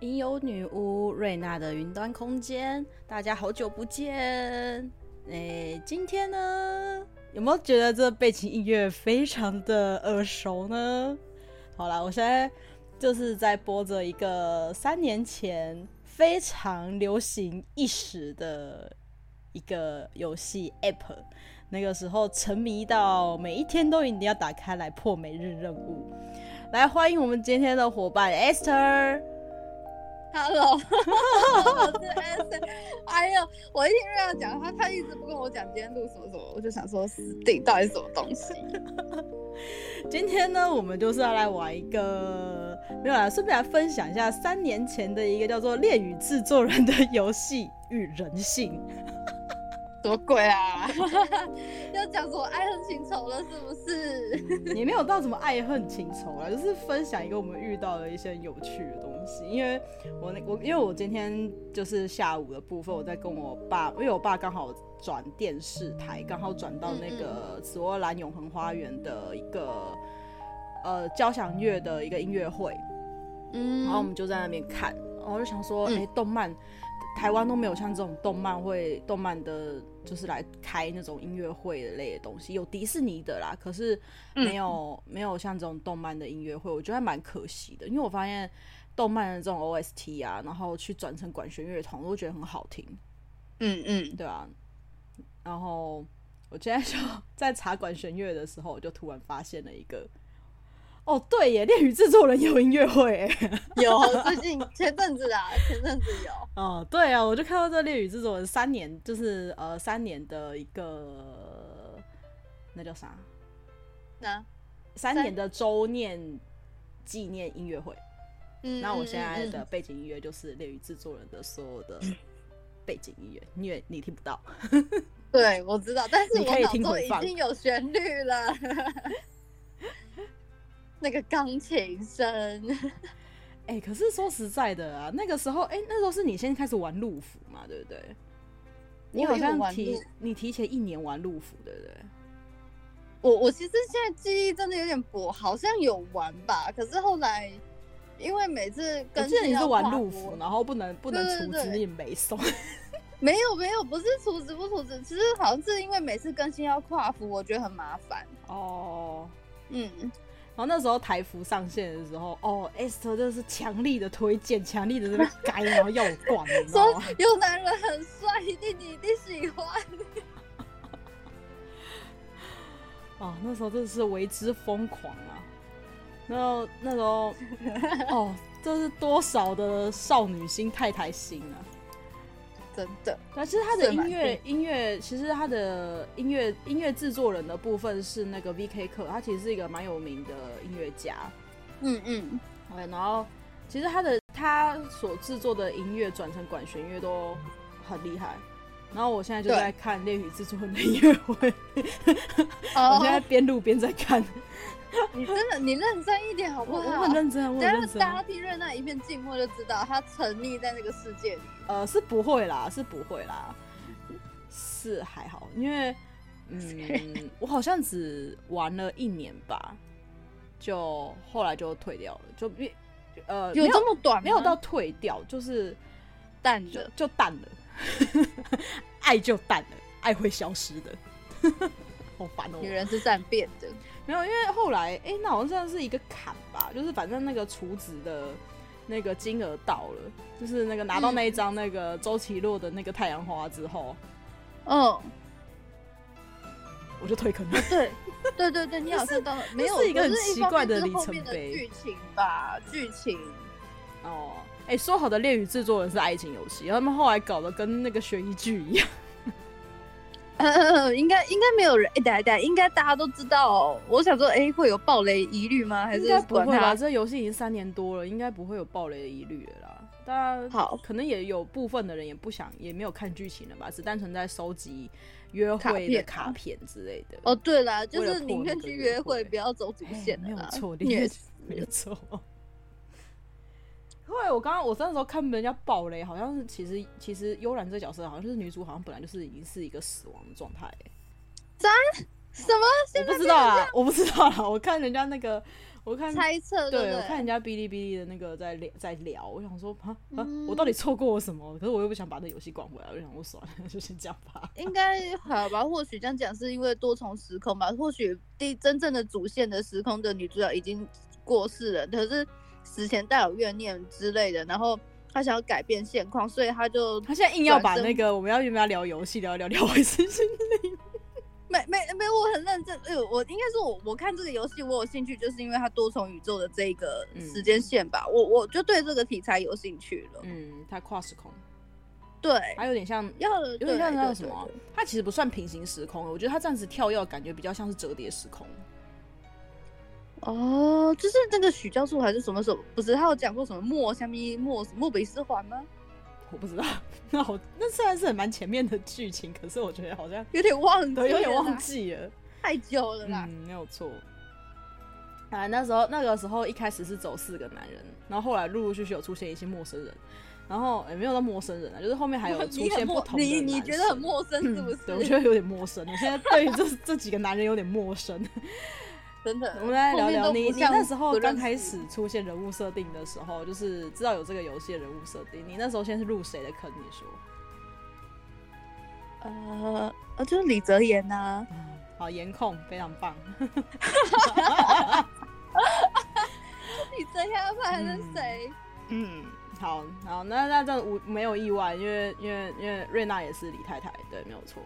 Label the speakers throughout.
Speaker 1: 吟游女巫瑞娜的云端空间，大家好久不见。诶、今天呢，有没有觉得这背景音乐非常的耳熟呢？好啦，我现在就是在播着一个三年前非常流行一时的一个游戏 App，那个时候沉迷到每一天都一定要打开来破每日任务。来，欢迎我们今天的伙伴 Esther。
Speaker 2: Hello，我是 S。哎呦，我一听瑞要讲他，他一直不跟我讲今天录什么什么，我就想说死定到底什么东 西。
Speaker 1: 今天呢，我们就是要来玩一个没有啦，顺便来分享一下三年前的一个叫做《恋与制作人》的游戏与人性。
Speaker 2: 什么鬼啊？ 要讲什么爱恨情仇了是不 是？
Speaker 1: 也没有到什么爱恨情仇啦，就是分享一个我们遇到的一些有趣的东西。因为我那我因为我今天就是下午的部分，我在跟我爸，因为我爸刚好转电视台，刚好转到那个紫罗兰永恒花园的一个呃交响乐的一个音乐会。
Speaker 2: 嗯
Speaker 1: 然后我们就在那边看，然后我就想说，哎、
Speaker 2: 嗯
Speaker 1: 动漫台湾都没有像这种动漫会、动漫的，就是来开那种音乐会的类的东西，有迪士尼的啦，可是没有、没有像这种动漫的音乐会，我觉得还蛮可惜的，因为我发现动漫的这种 OST 啊，然后去转成管弦乐团，我都觉得很好听，
Speaker 2: 嗯嗯，
Speaker 1: 对啊，然后我今天就 在查管弦乐的时候，我就突然发现了一个。哦，对耶，恋与制作人有音乐会耶，
Speaker 2: 有最近前阵子啊， 前阵子有。
Speaker 1: 哦，对啊，我就看到这《恋与制作人》三年，就是呃三年的一个那叫啥？
Speaker 2: 那
Speaker 1: 三
Speaker 2: 三
Speaker 1: 年的周年纪念音乐会。
Speaker 2: 嗯，
Speaker 1: 那我现在
Speaker 2: 嗯
Speaker 1: 的背景音乐就是《恋与制作人》的所有的背景音乐，因为你听不到。
Speaker 2: 嗯对我知道，但是
Speaker 1: 你
Speaker 2: 我
Speaker 1: 可以
Speaker 2: 脑
Speaker 1: 听
Speaker 2: 中
Speaker 1: 回
Speaker 2: 已
Speaker 1: 放
Speaker 2: 经有旋律了。 那个钢琴声，
Speaker 1: 哎、可是说实在的啊，那个时候，哎、那时候是你先开始玩陆服嘛，对不对？你
Speaker 2: 我
Speaker 1: 好
Speaker 2: 有
Speaker 1: 像
Speaker 2: 玩
Speaker 1: 提
Speaker 2: 过
Speaker 1: 你提前一年玩陆服，对不对？
Speaker 2: 我我其实现在记忆真的有点薄，好像有玩吧，可是后来因为每次
Speaker 1: 我
Speaker 2: 跟
Speaker 1: 记得你是玩陆服，然后不能不能
Speaker 2: 对对
Speaker 1: 处
Speaker 2: 对
Speaker 1: 置你美松。
Speaker 2: 没有没有，不是储值不储值，只是好像是因为每次更新要跨服，我觉得很麻烦。
Speaker 1: 哦。
Speaker 2: 嗯，
Speaker 1: 然后那时候台服上线的时候，哦，Esther 真的是强力的推荐，强力的在那边改，然后要我逛，你知道
Speaker 2: 说
Speaker 1: 吗？
Speaker 2: 有男人很帅，一定你一定喜欢。
Speaker 1: 哦，那时候真的是为之疯狂啊！然后那时候，哦，这是多少的少女心、太太心啊！
Speaker 2: 真的，
Speaker 1: 但其实他的
Speaker 2: 是蛮
Speaker 1: 音乐音乐，其实他的音乐音乐制作人的部分是那个 VK 克，他其实是一个蛮有名的音乐家。
Speaker 2: 嗯嗯，
Speaker 1: 对，然后其实他的他所制作的音乐转成管弦乐都很厉害。然后我现在就
Speaker 2: 对
Speaker 1: 在看恋与制作人的音乐会，我现在
Speaker 2: 哦，
Speaker 1: 边录边在看，
Speaker 2: 你真的你认真一点好不
Speaker 1: 我
Speaker 2: 好？
Speaker 1: 我很认真啊，我很
Speaker 2: 等
Speaker 1: 认
Speaker 2: 下
Speaker 1: 真啊
Speaker 2: 大。家听瑞那一片静默就知道，他沉溺在那个世界里。
Speaker 1: 呃，是不会啦，是不会啦，是还好，因为嗯， 我好像只玩了一年吧，就后来就退掉了，就因为呃没
Speaker 2: 有
Speaker 1: 有
Speaker 2: 这么短吗？
Speaker 1: 没有到退掉，就是
Speaker 2: 淡
Speaker 1: 就
Speaker 2: 的，
Speaker 1: 就淡了， 爱就淡了，爱会消失的， 好烦哦、
Speaker 2: 女人是善变的。
Speaker 1: 没有，因为后来哎、诶那好像是一个坎吧，就是反正那个储值的那个金额到了，就是那个拿到那一张那个周奇洛的那个太阳花之后，
Speaker 2: 嗯，
Speaker 1: 我就退坑 了。
Speaker 2: 对，对对对，你好像到没有，
Speaker 1: 这是一个很
Speaker 2: 可
Speaker 1: 奇怪的
Speaker 2: 方
Speaker 1: 里
Speaker 2: 面是后
Speaker 1: 程
Speaker 2: 面的
Speaker 1: 碑
Speaker 2: 剧情吧，剧情。
Speaker 1: 哦，哎、说好的《恋与制作人》是爱情游戏，然后他们后来搞得跟那个悬疑剧一样。
Speaker 2: 呃，应该应该没有人，哎、等一下等一下，应该大家都知道、哦。我想说，哎、会有暴雷疑虑吗？还
Speaker 1: 应
Speaker 2: 是
Speaker 1: 该不
Speaker 2: 管
Speaker 1: 会吧？
Speaker 2: 他？
Speaker 1: 这游戏已经三年多了，应该不会有暴雷的疑虑了啦。当然，
Speaker 2: 好
Speaker 1: 可能也有部分的人也不想，也没有看剧情了吧，只单纯在收集约
Speaker 2: 卡
Speaker 1: 会的
Speaker 2: 片
Speaker 1: 卡
Speaker 2: 啊
Speaker 1: 片之类的。
Speaker 2: 哦，对啦，就
Speaker 1: 为了
Speaker 2: 是
Speaker 1: 破
Speaker 2: 宁愿
Speaker 1: 那个
Speaker 2: 去
Speaker 1: 约
Speaker 2: 约
Speaker 1: 会
Speaker 2: 会，不要走主
Speaker 1: 哎
Speaker 2: 线
Speaker 1: 没
Speaker 2: 的
Speaker 1: 有
Speaker 2: 啦。
Speaker 1: 错，
Speaker 2: 虐
Speaker 1: 虐
Speaker 2: 死
Speaker 1: 没有错。 因为我刚刚我那时候看人家爆雷，好像是其实其实幽兰这个角色好像就是女主，好像本来就是已经是一个死亡的状态、欸
Speaker 2: 什 么？
Speaker 1: 啊我不知道啊，我不知道啦。我看人家那个，我看
Speaker 2: 猜测
Speaker 1: 对
Speaker 2: 不
Speaker 1: 我看人
Speaker 2: 对？
Speaker 1: 家哔哩哔哩的那个在聊在聊，我想说啊啊，
Speaker 2: 嗯
Speaker 1: 我到底错过了什么？可是我又不想把那游戏关回来，我就想说算了， 就先这样吧。
Speaker 2: 应该好吧？或许这样讲是因为多重时空吧？或许第真正的主线的时空的女主角已经过世了，可是死前带有怨念之类的，然后她想要改变现况，所以她就
Speaker 1: 他现在硬要把
Speaker 2: 转身
Speaker 1: 那个我们要原本要聊游戏，聊一聊聊回身心灵。
Speaker 2: 没没没有，我很认真。呃，我应该说我，我看这个游戏我有兴趣，就是因为它多重宇宙的这个
Speaker 1: 嗯
Speaker 2: 时间线吧。我我就对这个题材有兴趣了。
Speaker 1: 嗯，他跨时空，
Speaker 2: 对，
Speaker 1: 还有点像
Speaker 2: 要
Speaker 1: 有点像那个
Speaker 2: 个
Speaker 1: 什么啊，它其实不算平行时空，我觉得它这样子跳跃的感觉比较像是折叠时空。
Speaker 2: 哦，就是那个许教授还是什么什么，不是他有讲过什么莫下面莫莫比斯环吗？
Speaker 1: 我不知道， 那好，那虽然是很蛮前面的剧情，可是我觉得好像
Speaker 2: 嗯有点忘记了啦，
Speaker 1: 对有点忘记了。
Speaker 2: 太久了啦
Speaker 1: 嗯。，没有错。啊，那时候那个时候一开始是走四个男人，然后后来陆陆续续有出现一些陌生人，然后也、没有到陌生人啊，就是后面还有出
Speaker 2: 你很
Speaker 1: 现不
Speaker 2: 陌，
Speaker 1: 同的
Speaker 2: 你你
Speaker 1: 男
Speaker 2: 觉得很
Speaker 1: 生
Speaker 2: 陌生是
Speaker 1: 嗯
Speaker 2: 不是？
Speaker 1: 对，我觉得有点陌生。我现在对于这这几个男人有点陌生。
Speaker 2: 真的。
Speaker 1: 我们来聊聊
Speaker 2: 后面都不
Speaker 1: 你，你
Speaker 2: 像
Speaker 1: 那时候
Speaker 2: 不认
Speaker 1: 刚开
Speaker 2: 识
Speaker 1: 始出现人物设定的时候，就是知道有这个游戏的人物设定，你那时候先是入谁的坑？你说，
Speaker 2: 呃
Speaker 1: 哦
Speaker 2: 呃，就是李泽言呐、
Speaker 1: 嗯好颜控非常棒，
Speaker 2: 李泽言要不然还能
Speaker 1: 嗯
Speaker 2: 谁？
Speaker 1: 嗯， 好，好，那那这样无没有意外，因为因为因为瑞娜也是李太太，对，没有错，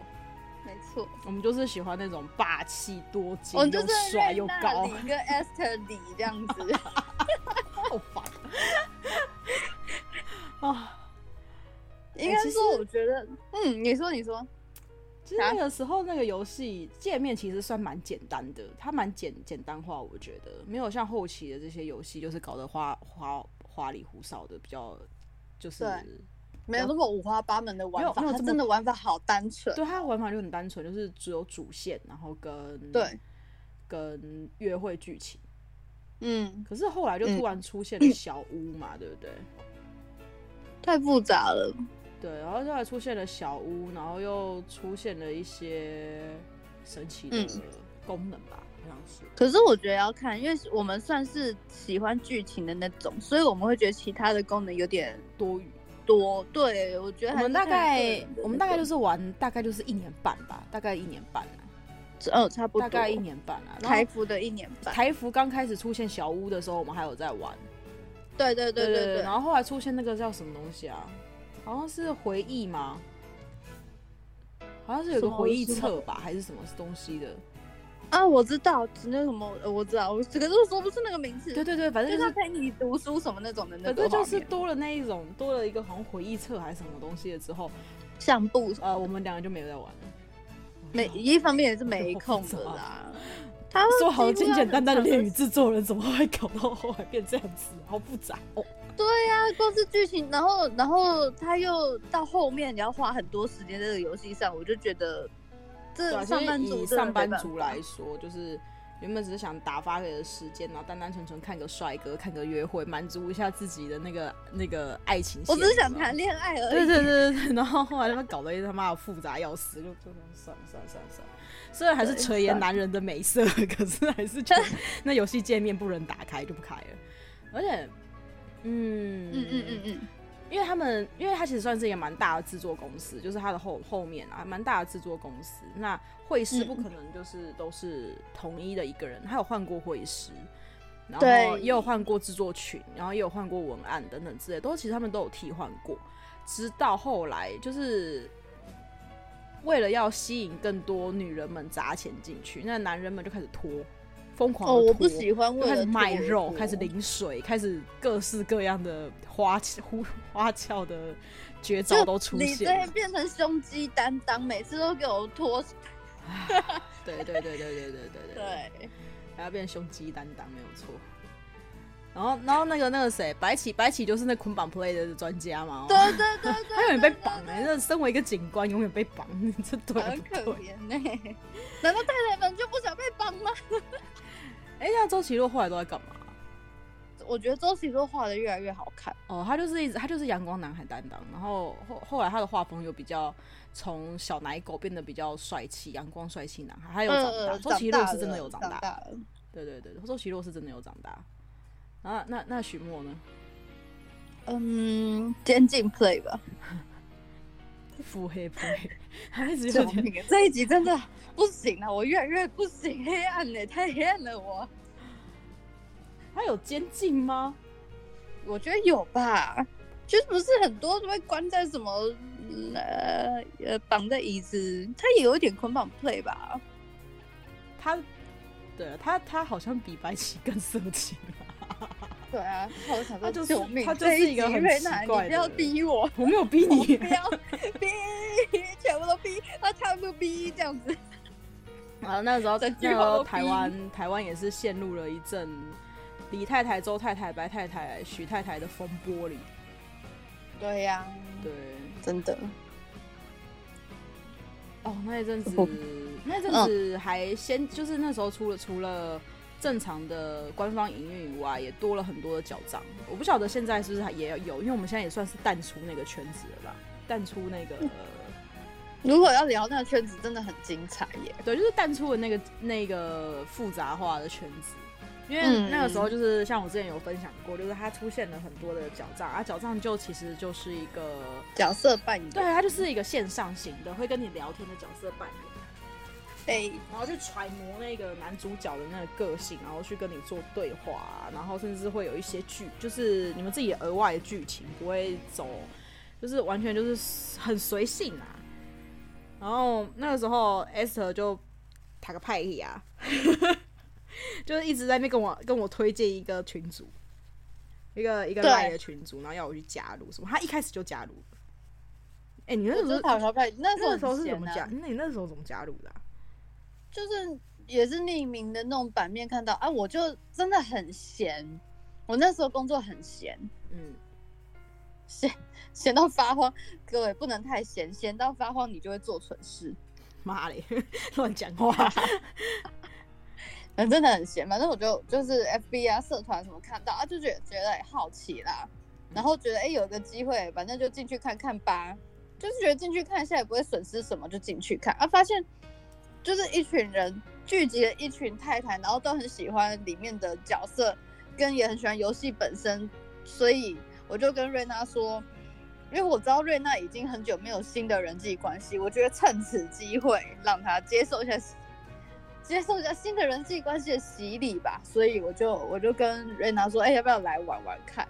Speaker 2: 没错，
Speaker 1: 我们就是喜欢那种霸气多金
Speaker 2: 我们就
Speaker 1: 又
Speaker 2: 是
Speaker 1: 帅又
Speaker 2: 瑞娜
Speaker 1: 高哎
Speaker 2: 里，跟 Esther 里这 样子。
Speaker 1: 好烦 啊！
Speaker 2: 应该
Speaker 1: 其实
Speaker 2: 说，我觉得，嗯，你说，你说，
Speaker 1: 其实那个时候那个游戏界面其实算蛮简单的，它蛮简简单化，我觉得没有像后期的这些游戏就是搞得花花花里胡哨的，比较就是
Speaker 2: 对没有那么五花八门的玩法，
Speaker 1: 没有没有
Speaker 2: 他
Speaker 1: 这么
Speaker 2: 真的玩法好单纯。
Speaker 1: 对它的玩法就很单纯，就是只有主线，然后跟
Speaker 2: 对
Speaker 1: 跟约会剧情。
Speaker 2: 嗯，
Speaker 1: 可是后来就突然出现了小屋嘛，对不对？
Speaker 2: 太复杂了。
Speaker 1: 对，然后后来出现了小屋，然后又出现了一些神奇的
Speaker 2: 嗯
Speaker 1: 功能吧，好像是。
Speaker 2: 可是我觉得要看，因为我们算是喜欢剧情的那种，所以我们会觉得其他的功能有点
Speaker 1: 多余。
Speaker 2: 多。对，我觉得
Speaker 1: 我
Speaker 2: 还是
Speaker 1: 们大
Speaker 2: 看个人
Speaker 1: 概
Speaker 2: 的
Speaker 1: 我们大概就是是玩大概就是一年半吧，大概一年半啊、
Speaker 2: 嗯，差不多
Speaker 1: 大概一年半啊。然后
Speaker 2: 台服的一年半。
Speaker 1: 台服刚开始出现小屋的时候，我们还有在玩，
Speaker 2: 对对对
Speaker 1: 对
Speaker 2: 对对
Speaker 1: 然。后后来出现那个叫什么东西啊？好像是回忆吗？好像是有
Speaker 2: 什
Speaker 1: 个
Speaker 2: 么
Speaker 1: 回忆
Speaker 2: 什么
Speaker 1: 册吧，还是什么东西的？
Speaker 2: 啊，我知道，那什么，呃我知道，我可是我说不出那个名字。
Speaker 1: 对对对，反
Speaker 2: 嗯就
Speaker 1: 正
Speaker 2: 是
Speaker 1: 就
Speaker 2: 他
Speaker 1: 是。
Speaker 2: 陪你读书什么那种的那
Speaker 1: 反
Speaker 2: 个
Speaker 1: 正
Speaker 2: 画面，
Speaker 1: 就是多了那一种，多了一个好像回忆册还是什么东西了之后，
Speaker 2: 相簿什么，
Speaker 1: 呃，我们两个就没有在玩了。
Speaker 2: 每一方面也是没空的啦。他
Speaker 1: 说好的简简单单的恋与
Speaker 2: 语，
Speaker 1: 制作人，怎么会搞到后来变这样子？好复杂哦。
Speaker 2: 对呀、光是剧情，然后然后他又到后面你要花很多时间在这个游戏上，我就觉得
Speaker 1: 对
Speaker 2: 这
Speaker 1: 啊，
Speaker 2: 上
Speaker 1: 就是
Speaker 2: 班
Speaker 1: 以
Speaker 2: 族
Speaker 1: 上班族
Speaker 2: 族
Speaker 1: 来说，就是原本只是想打发个时间，然后单单纯纯看个帅哥，看个约会，满足一下自己的那个那个爱情线。
Speaker 2: 我只是想
Speaker 1: 你知道吗
Speaker 2: 谈。恋爱而已。
Speaker 1: 对对对对对，然后后来他们哦搞得一他妈的复杂要死，就就算了算了算了算了。虽然还是
Speaker 2: 对
Speaker 1: 垂涎
Speaker 2: 算了
Speaker 1: 男人的美色，可是还是觉 得那游戏界面不能打开就不开了，而且，嗯
Speaker 2: 嗯嗯嗯嗯，
Speaker 1: 因为他们，因为它其实算是一个蛮大的制作公司，就是它的后后面啊，蛮大的制作公司。那会师
Speaker 2: 嗯
Speaker 1: 不可能就是都是统一的一个人，他有换过会师，然后
Speaker 2: 对
Speaker 1: 也有换过制作群，然后也有换过文案等等之类，都其实他们都有替换过。直到后来，就是为了要吸引更多女人们砸钱进去，那男人们就开始拖，疯狂
Speaker 2: 哦，
Speaker 1: 的拖
Speaker 2: 我不。喜欢
Speaker 1: 就
Speaker 2: 为
Speaker 1: 开始
Speaker 2: 了
Speaker 1: 卖
Speaker 2: 脱
Speaker 1: 肉，
Speaker 2: 脱
Speaker 1: 开始淋水，开始各式各样的花呼 花俏的绝招都出
Speaker 2: 你这
Speaker 1: 现了。
Speaker 2: 变成胸肌担当，每次都给我拖。
Speaker 1: 对对对对对对对对，
Speaker 2: 对，
Speaker 1: 还要变胸肌担当，没有错。然后，然后那个那个谁，白起，白起就是那捆绑 play 的专家嘛。哦
Speaker 2: 对对对对，
Speaker 1: 他永远被绑哎、那身为一个警官，永远被绑， 你这对
Speaker 2: 很可
Speaker 1: 不对？
Speaker 2: 怜呢、 难道太太们就不想被绑吗？
Speaker 1: 哎、那周奇洛后来都在干嘛？
Speaker 2: 我觉得周奇洛画的越来越好看，
Speaker 1: 哦，他就是一直他就是阳光男孩担当，然后后后来他的画风又比较从小哎奶狗变得比较帅气，阳光帅气男孩，他有长大，
Speaker 2: 呃
Speaker 1: 周奇
Speaker 2: 长
Speaker 1: 洛
Speaker 2: 大
Speaker 1: 是真的
Speaker 2: 了
Speaker 1: 有长
Speaker 2: 长
Speaker 1: 大，
Speaker 2: 大了，
Speaker 1: 对对对，后奇洛是真的有长大。啊，那那许墨呢？
Speaker 2: 嗯，监禁 play 吧，
Speaker 1: 腹黑 play，他 一直
Speaker 2: 救
Speaker 1: 有点
Speaker 2: 命！这一集真的不行啊了，我越来越不行，黑暗了，太黑暗了我。
Speaker 1: 他有监禁吗？
Speaker 2: 我觉得有吧，就是不是很多都会关在什么呃呃绑在椅子，他也有一点捆绑 play 吧？
Speaker 1: 他，对他他好像比白起更色情啊！
Speaker 2: 对啊，我想说
Speaker 1: 他就是
Speaker 2: 救命！
Speaker 1: 他就是一个
Speaker 2: 这集
Speaker 1: 很
Speaker 2: 瑞娜
Speaker 1: 奇怪的
Speaker 2: 你不要
Speaker 1: 人
Speaker 2: 逼我，
Speaker 1: 我没有逼
Speaker 2: 我不
Speaker 1: 你
Speaker 2: 要逼，全部都逼，他全部逼这样子。
Speaker 1: 啊！那时候
Speaker 2: 整
Speaker 1: 那
Speaker 2: 句
Speaker 1: 时
Speaker 2: 话都
Speaker 1: 候
Speaker 2: 逼
Speaker 1: 台湾台湾也是陷入了一阵李太太、周太太、白太太、许太太的风波里。
Speaker 2: 对呀、
Speaker 1: 对，
Speaker 2: 真的。
Speaker 1: 哦，那一阵子
Speaker 2: 我
Speaker 1: 那一阵子还先就是那时候除了除了正常的官方营运以外，也多了很多的缴账。我不晓得现在是不是还也有，因为我们现在也算是淡出那个圈子了吧，淡出那
Speaker 2: 嗯
Speaker 1: 个。
Speaker 2: 如果要聊那个圈子，真的很精彩耶。
Speaker 1: 对，就是淡出了那个那个复杂化的圈子，因
Speaker 2: 嗯
Speaker 1: 为那个时候就是像我之前有分享过，就是它出现了很多的脚账，啊，脚账就其实就是一个，
Speaker 2: 角色扮演，
Speaker 1: 对，它就是一个线上型的，会跟你聊天的角色扮演，
Speaker 2: 对，
Speaker 1: 然后去揣摩那个男主角的那个个性，然后去跟你做对话啊，然后甚至会有一些剧，就是你们自己额外的剧情，不会走，就是完全就是很随性啊。然后那个时候，Esther 就打个派对啊， 就是一直在那边跟我跟我推荐一个群组，一个一个
Speaker 2: 对
Speaker 1: 赖的群组，然后要我去加入什么，他一开始就加入了。哎、你那
Speaker 2: 我
Speaker 1: 时
Speaker 2: 就
Speaker 1: 候
Speaker 2: 是讨小派。那时候
Speaker 1: 那
Speaker 2: 很
Speaker 1: 时候是怎么
Speaker 2: 闲啊
Speaker 1: 加？那你那时候怎么加入的啊、
Speaker 2: 就是也是匿名的那种版面看到啊，我就真的很闲，我那时候工作很闲，
Speaker 1: 嗯。
Speaker 2: 闲闲到发慌。各位不能太闲，闲到发慌你就会做蠢事。
Speaker 1: 妈 嘞，乱讲 话。
Speaker 2: 嗯，真的很闲，反正我就就是 FB 啊、社团什么看到啊，就觉得觉得也好奇啦，然后觉得哎、诶有一个机会，反正就进去看看吧，就是觉得进去看一下也不会损失什么，就进去看啊，发现就是一群人聚集了一群太太，然后都很喜欢里面的角色，跟也很喜欢游戏本身，所以我就跟瑞娜说。因为我知道瑞娜已经很久没有新的人际关系，我觉得趁此机会让她接受一下接受一下新的人际关系的洗礼吧，所以我就我就跟瑞娜说，哎、要不要来玩玩看？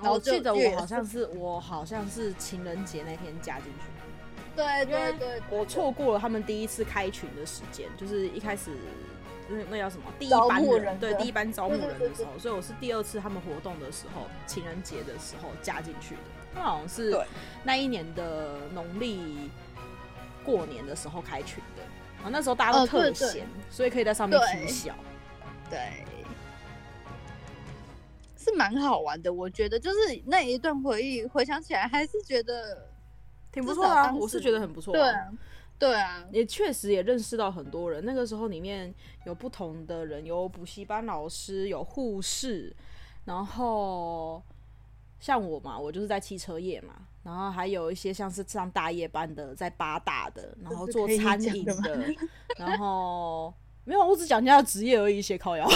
Speaker 2: 然后
Speaker 1: 我
Speaker 2: 就
Speaker 1: 记得
Speaker 2: 越
Speaker 1: 我好像是我好像是情人节那天加进去，
Speaker 2: 对
Speaker 1: 因为
Speaker 2: 对对对
Speaker 1: 我错过了他们第一次开群的时间，就是一开始那那叫什么第一
Speaker 2: 招
Speaker 1: 班
Speaker 2: 募人
Speaker 1: 人，
Speaker 2: 的
Speaker 1: 对第一班招募
Speaker 2: 对对
Speaker 1: 人
Speaker 2: 对
Speaker 1: 的时候，所以我是第二次他们活动的时候，情人节的时候加进去的。他们好像是
Speaker 2: 对
Speaker 1: 那一年的农历过年的时候开群的，然后那时候大家
Speaker 2: 哦
Speaker 1: 都
Speaker 2: 对
Speaker 1: 特
Speaker 2: 对
Speaker 1: 闲，所以可以在上面
Speaker 2: 对
Speaker 1: 听小。
Speaker 2: 对，是蛮好玩的，我觉得就是那一段回忆，回想起来还是觉得
Speaker 1: 挺不
Speaker 2: 至
Speaker 1: 错
Speaker 2: 少
Speaker 1: 的啊，
Speaker 2: 当
Speaker 1: 我是
Speaker 2: 时
Speaker 1: 觉得很不错、
Speaker 2: 对啊，对啊，
Speaker 1: 也确实也认识到很多人。那个时候里面有不同的人，有补习班老师，有护士，然后像我嘛，我就是在汽车业嘛，然后还有一些像是上大夜班的，在八大的，然后做餐饮
Speaker 2: 这是可
Speaker 1: 的，然后。没有，我只讲人家的职业而已，写靠谣。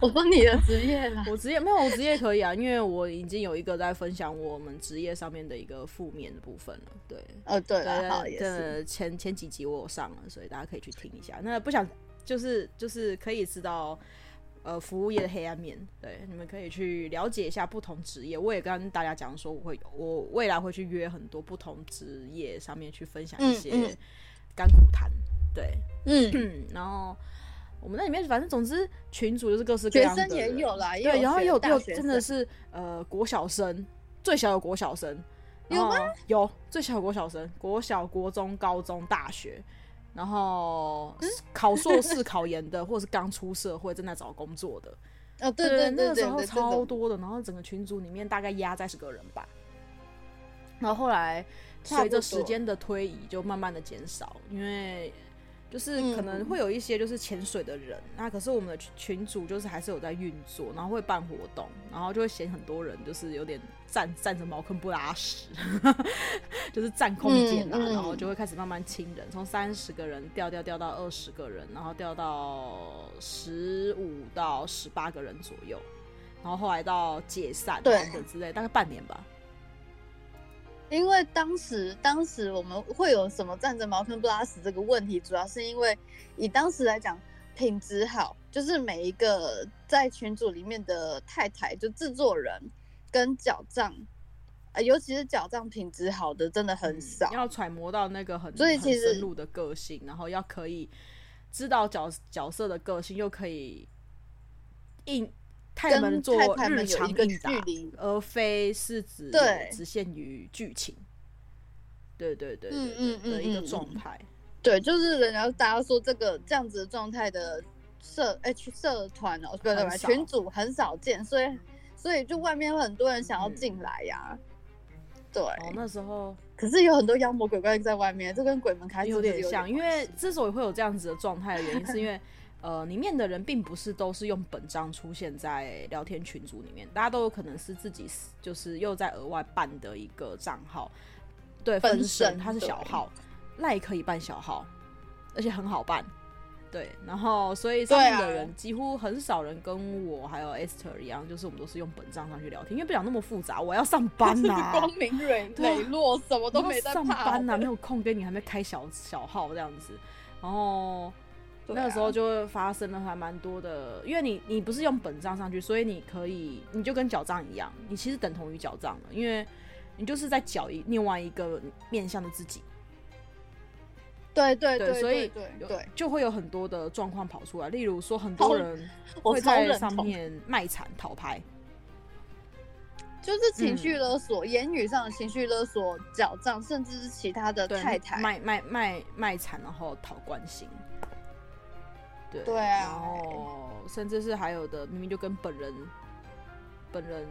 Speaker 2: 我说你的职业 啦，
Speaker 1: 我职业没有，我职业可以啊，因为我已经有一个在分享我们职业上面的一个负面的部分了。对，
Speaker 2: 呃，对啦，好
Speaker 1: 对
Speaker 2: 也是，
Speaker 1: 对，前前几集我有上了，所以大家可以去听一下。那不想就是就是可以知道，呃，服务业的黑暗面，对，你们可以去了解一下不同职业。我也跟大家讲说，我会我未来会去约很多不同职业上面去分享一
Speaker 2: 嗯
Speaker 1: 些
Speaker 2: 嗯
Speaker 1: 干苦谈，对，
Speaker 2: 嗯，
Speaker 1: 嗯，然后。我们那里面，反正总之群主就是各式各
Speaker 2: 学
Speaker 1: 样的
Speaker 2: 生也
Speaker 1: 人
Speaker 2: 有啦，也
Speaker 1: 对，然后
Speaker 2: 学
Speaker 1: 有
Speaker 2: 大
Speaker 1: 有
Speaker 2: 学
Speaker 1: 真的
Speaker 2: 生
Speaker 1: 是呃国小生，最小有国小生，然
Speaker 2: 有吗
Speaker 1: 后？有最小有国小生，国小、国中、高中、大学，然后
Speaker 2: 嗯
Speaker 1: 考硕士考研的，或者是刚出社会正在找工作的，
Speaker 2: 呃，对对
Speaker 1: 那
Speaker 2: 对
Speaker 1: 个
Speaker 2: 对
Speaker 1: 时
Speaker 2: 对，
Speaker 1: 候
Speaker 2: 这
Speaker 1: 超
Speaker 2: 种
Speaker 1: 多的，然后整个群组里面大概压在十个人吧，然后后来
Speaker 2: 差不
Speaker 1: 随着
Speaker 2: 多
Speaker 1: 时间的推移就慢慢的减少，因为就是
Speaker 2: 嗯
Speaker 1: 可能会有一些就是潜水的人，那可是我们的群群组就是还是有在运作，然后会办活动，然后就会嫌很多人就是有点站站着茅坑不拉屎，就是占空间啊，
Speaker 2: 嗯嗯
Speaker 1: 然后就会开始慢慢清人，从三十个人掉掉掉到二十个人，然后掉到十五到十八个人左右，然后后来到解散
Speaker 2: 对
Speaker 1: 等等之类，大概半年吧。
Speaker 2: 因为当时当时我们会有什么站着茅坑不拉屎这个问题，主要是因为以当时来讲，品质好，就是每一个在群组里面的太太，就制作人跟脚账，呃，尤其是脚账品质好的真的很少。
Speaker 1: 嗯要揣摩到那个很
Speaker 2: 所以其
Speaker 1: 很
Speaker 2: 实
Speaker 1: 深入的个性，然后要可以知道角角色的个性，又可以应太太们
Speaker 2: 跟
Speaker 1: 做
Speaker 2: 太太
Speaker 1: 日
Speaker 2: 们有
Speaker 1: 常
Speaker 2: 一个
Speaker 1: 应答
Speaker 2: 距，离，
Speaker 1: 而非是指
Speaker 2: 对
Speaker 1: 只限于剧情。对对对
Speaker 2: 嗯
Speaker 1: 对
Speaker 2: 嗯
Speaker 1: 对的一
Speaker 2: 嗯嗯
Speaker 1: 个
Speaker 2: 嗯
Speaker 1: 状态，
Speaker 2: 对，就是人家大家说这个这样子的状态的社哎、群社团哦，不对
Speaker 1: 很
Speaker 2: 对，
Speaker 1: 少
Speaker 2: 群组很少见，所以所以就外面会很多人想要进来呀、对，
Speaker 1: 嗯哦，那时候
Speaker 2: 可是有很多妖魔鬼怪在外面，这跟鬼门开是
Speaker 1: 有
Speaker 2: 不是有
Speaker 1: 点像，因
Speaker 2: 关
Speaker 1: 为
Speaker 2: 系
Speaker 1: 之所以会有这样子的状态的原因，是因为呃，里面的人并不是都是用本章出现在聊天群组里面，大家都有可能是自己私就是又在额外办的一个账号，对，
Speaker 2: 分
Speaker 1: 分身
Speaker 2: 身
Speaker 1: 它是小号，赖可以办小号，而且很好办。对，然后所以上面
Speaker 2: 对啊
Speaker 1: 的人几乎很少人跟我还有 Esther 一样，就是我们都是用本账上去聊天，因为不想那么复杂，我要上班
Speaker 2: 就
Speaker 1: 呐、
Speaker 2: 是 光明磊
Speaker 1: 对啊
Speaker 2: 磊落，什么都
Speaker 1: 然后
Speaker 2: 没在
Speaker 1: 上
Speaker 2: 怕
Speaker 1: 班呐、啊
Speaker 2: 的
Speaker 1: 没 有空跟你还没开小小号这样子，然后。
Speaker 2: 对
Speaker 1: 那个时候
Speaker 2: 啊
Speaker 1: 就会发生了还蛮多的，因为你你不是用本账上去，所以你可以你就跟缴账一样，你其实等同于缴账了，因为你就是在缴一另外一个面向的自己，
Speaker 2: 对对对，
Speaker 1: 所以
Speaker 2: 对
Speaker 1: 有
Speaker 2: 对，
Speaker 1: 就会有很多的状况跑出来，例如说很多
Speaker 2: 超
Speaker 1: 人
Speaker 2: 我
Speaker 1: 会
Speaker 2: 超
Speaker 1: 在
Speaker 2: 认
Speaker 1: 上
Speaker 2: 同
Speaker 1: 面卖惨讨牌，
Speaker 2: 就是
Speaker 1: 嗯
Speaker 2: 情绪勒索，言语上的情绪勒索、搅账，甚至是其他的
Speaker 1: 对，
Speaker 2: 呃太太，
Speaker 1: 卖卖卖卖惨，然后讨关心，对
Speaker 2: 对啊
Speaker 1: 然后甚至是还有的明明就跟本人本人。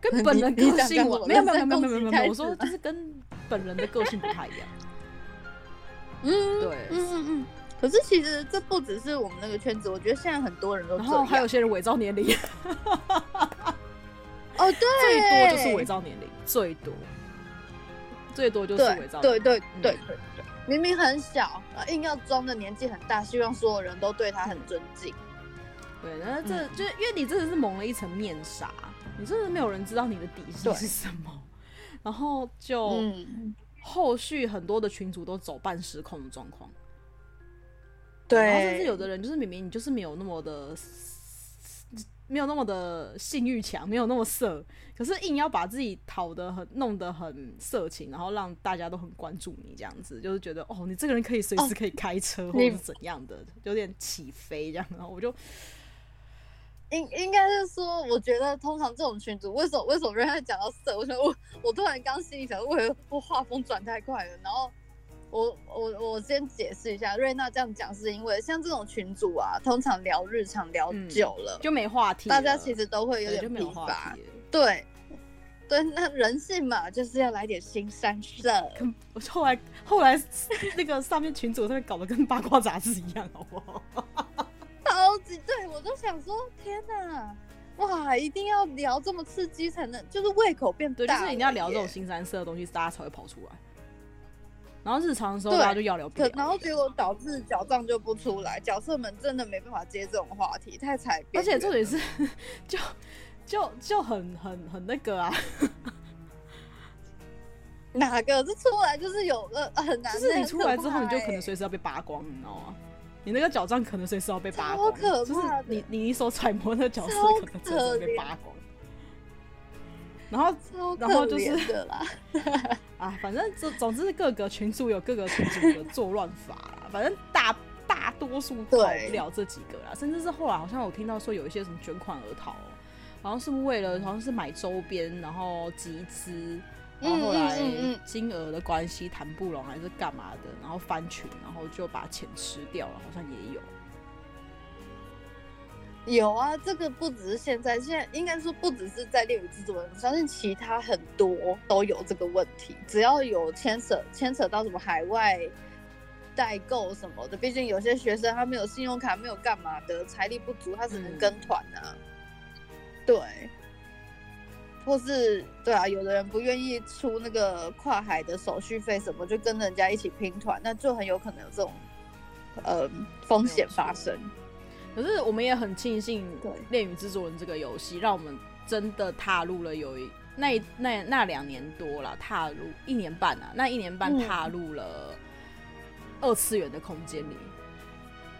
Speaker 1: 跟本人
Speaker 2: 你
Speaker 1: 个
Speaker 2: 想
Speaker 1: 性
Speaker 2: 干
Speaker 1: 完
Speaker 2: 嘛
Speaker 1: 没有
Speaker 2: 人
Speaker 1: 没有
Speaker 2: 身
Speaker 1: 没有没有没有没
Speaker 2: 攻击
Speaker 1: 有，我
Speaker 2: 开始
Speaker 1: 说
Speaker 2: 吗
Speaker 1: 就是跟本人的个性不太一样。
Speaker 2: 嗯
Speaker 1: 对，
Speaker 2: 嗯嗯嗯。可是其实这不只是我们那个圈子，我觉得现在很多人都这
Speaker 1: 然
Speaker 2: 样。
Speaker 1: 后还有些人伪造年龄，
Speaker 2: 哦，对，
Speaker 1: 最多就是伪造年龄，最多最多就是伪造年龄。
Speaker 2: 对对对
Speaker 1: 嗯
Speaker 2: 对对对，明明很小，呃硬要装的年纪很大，希望所有人都对他很尊敬。
Speaker 1: 对，那这、
Speaker 2: 嗯
Speaker 1: 就是因为你真的是蒙了一层面纱，你真的没有人知道你的底线
Speaker 2: 对
Speaker 1: 是什么，然后就、
Speaker 2: 嗯，
Speaker 1: 后续很多的群主都走半失控的状况，然后
Speaker 2: 对，
Speaker 1: 甚至有的人就是明明你就是没有那么的。没有那么的性欲强，没有那么色，可是硬要把自己讨得很弄得很色情，然后让大家都很关注你，这样子就是觉得哦，你这个人可以随时可以开车、或者
Speaker 2: 你
Speaker 1: 是怎样的，有点起飞这样，然后我就
Speaker 2: 应应该是说，我觉得通常这种群组，为什么为什么人家讲到色？我想我我突然刚心里想，为何我画风转太快了？然后我我我先解释一下，瑞娜这样讲是因为像这种群组啊，通常聊日常聊
Speaker 1: 嗯
Speaker 2: 久了，
Speaker 1: 就没话题了，
Speaker 2: 大家其实都会有
Speaker 1: 对就
Speaker 2: 点
Speaker 1: 没
Speaker 2: 疲
Speaker 1: 有话
Speaker 2: 乏
Speaker 1: 题。了。
Speaker 2: 对对，那人性嘛，就是要来点新三色。
Speaker 1: 我后来后来那个上面群主上面搞得跟八卦杂志一样，好不好？
Speaker 2: 超级对，我都想说，天哪，哇，一定要聊这么刺激才能，就是胃口变
Speaker 1: 对，就
Speaker 2: 大
Speaker 1: 是
Speaker 2: 了
Speaker 1: 一定要聊这
Speaker 2: 耶
Speaker 1: 种新三色的东西，大家才会跑出来。然后日常的时候，
Speaker 2: 对
Speaker 1: 大家就要聊不
Speaker 2: 可
Speaker 1: 了，
Speaker 2: 然后结果导致脚账就不出来，角色们真的没办法接这种话题，太踩
Speaker 1: 而
Speaker 2: 边缘
Speaker 1: 且
Speaker 2: 了。
Speaker 1: 重点是，就就就很很很那个啊，
Speaker 2: 哪个这出来就是有个呃很难
Speaker 1: 就
Speaker 2: 的，
Speaker 1: 是你出来
Speaker 2: 很
Speaker 1: 之
Speaker 2: 可
Speaker 1: 后，
Speaker 2: 怕
Speaker 1: 你就可能
Speaker 2: 欸
Speaker 1: 随时要被扒光，你知道吗？你那个脚杖可能随时要被扒
Speaker 2: 超
Speaker 1: 光，
Speaker 2: 可
Speaker 1: 就是
Speaker 2: 怕的
Speaker 1: 你你你所揣摩的角色
Speaker 2: 超
Speaker 1: 可能随时会被
Speaker 2: 可怜
Speaker 1: 扒光。然后
Speaker 2: 超
Speaker 1: 然后
Speaker 2: 可
Speaker 1: 就是
Speaker 2: 怜的啦。
Speaker 1: 啊，反正这总之各个群主有各个群主的作乱法啦，反正大大多数逃
Speaker 2: 对
Speaker 1: 不了这几个啦，甚至是后来好像我听到说有一些什么卷款而逃、哦，好像是为了好像是买周边，然后集资，然后后来
Speaker 2: 嗯嗯嗯嗯
Speaker 1: 金额的关系谈不拢还是干嘛的，然后翻群，然后就把钱吃掉了，好像也有。
Speaker 2: 有啊，这个不只是现在，现在应该说不只是在猎物制作人，我相信其他很多都有这个问题。只要有牵扯牵扯到什么海外代购什么的。毕竟有些学生他没有信用卡，没有干嘛的，财力不足，他只能跟团啊。对，或是对啊，有的人不愿意出那个跨海的手续费什么，就跟人家一起拼团，那就很有可能有这种呃风险发生。
Speaker 1: 可是我们也很庆幸
Speaker 2: 对
Speaker 1: 《恋与制作人》这个游戏，让我们真的踏入了有一那一那那两年多了，踏入一年半啊，那一年半
Speaker 2: 嗯
Speaker 1: 踏入了二次元的空间里。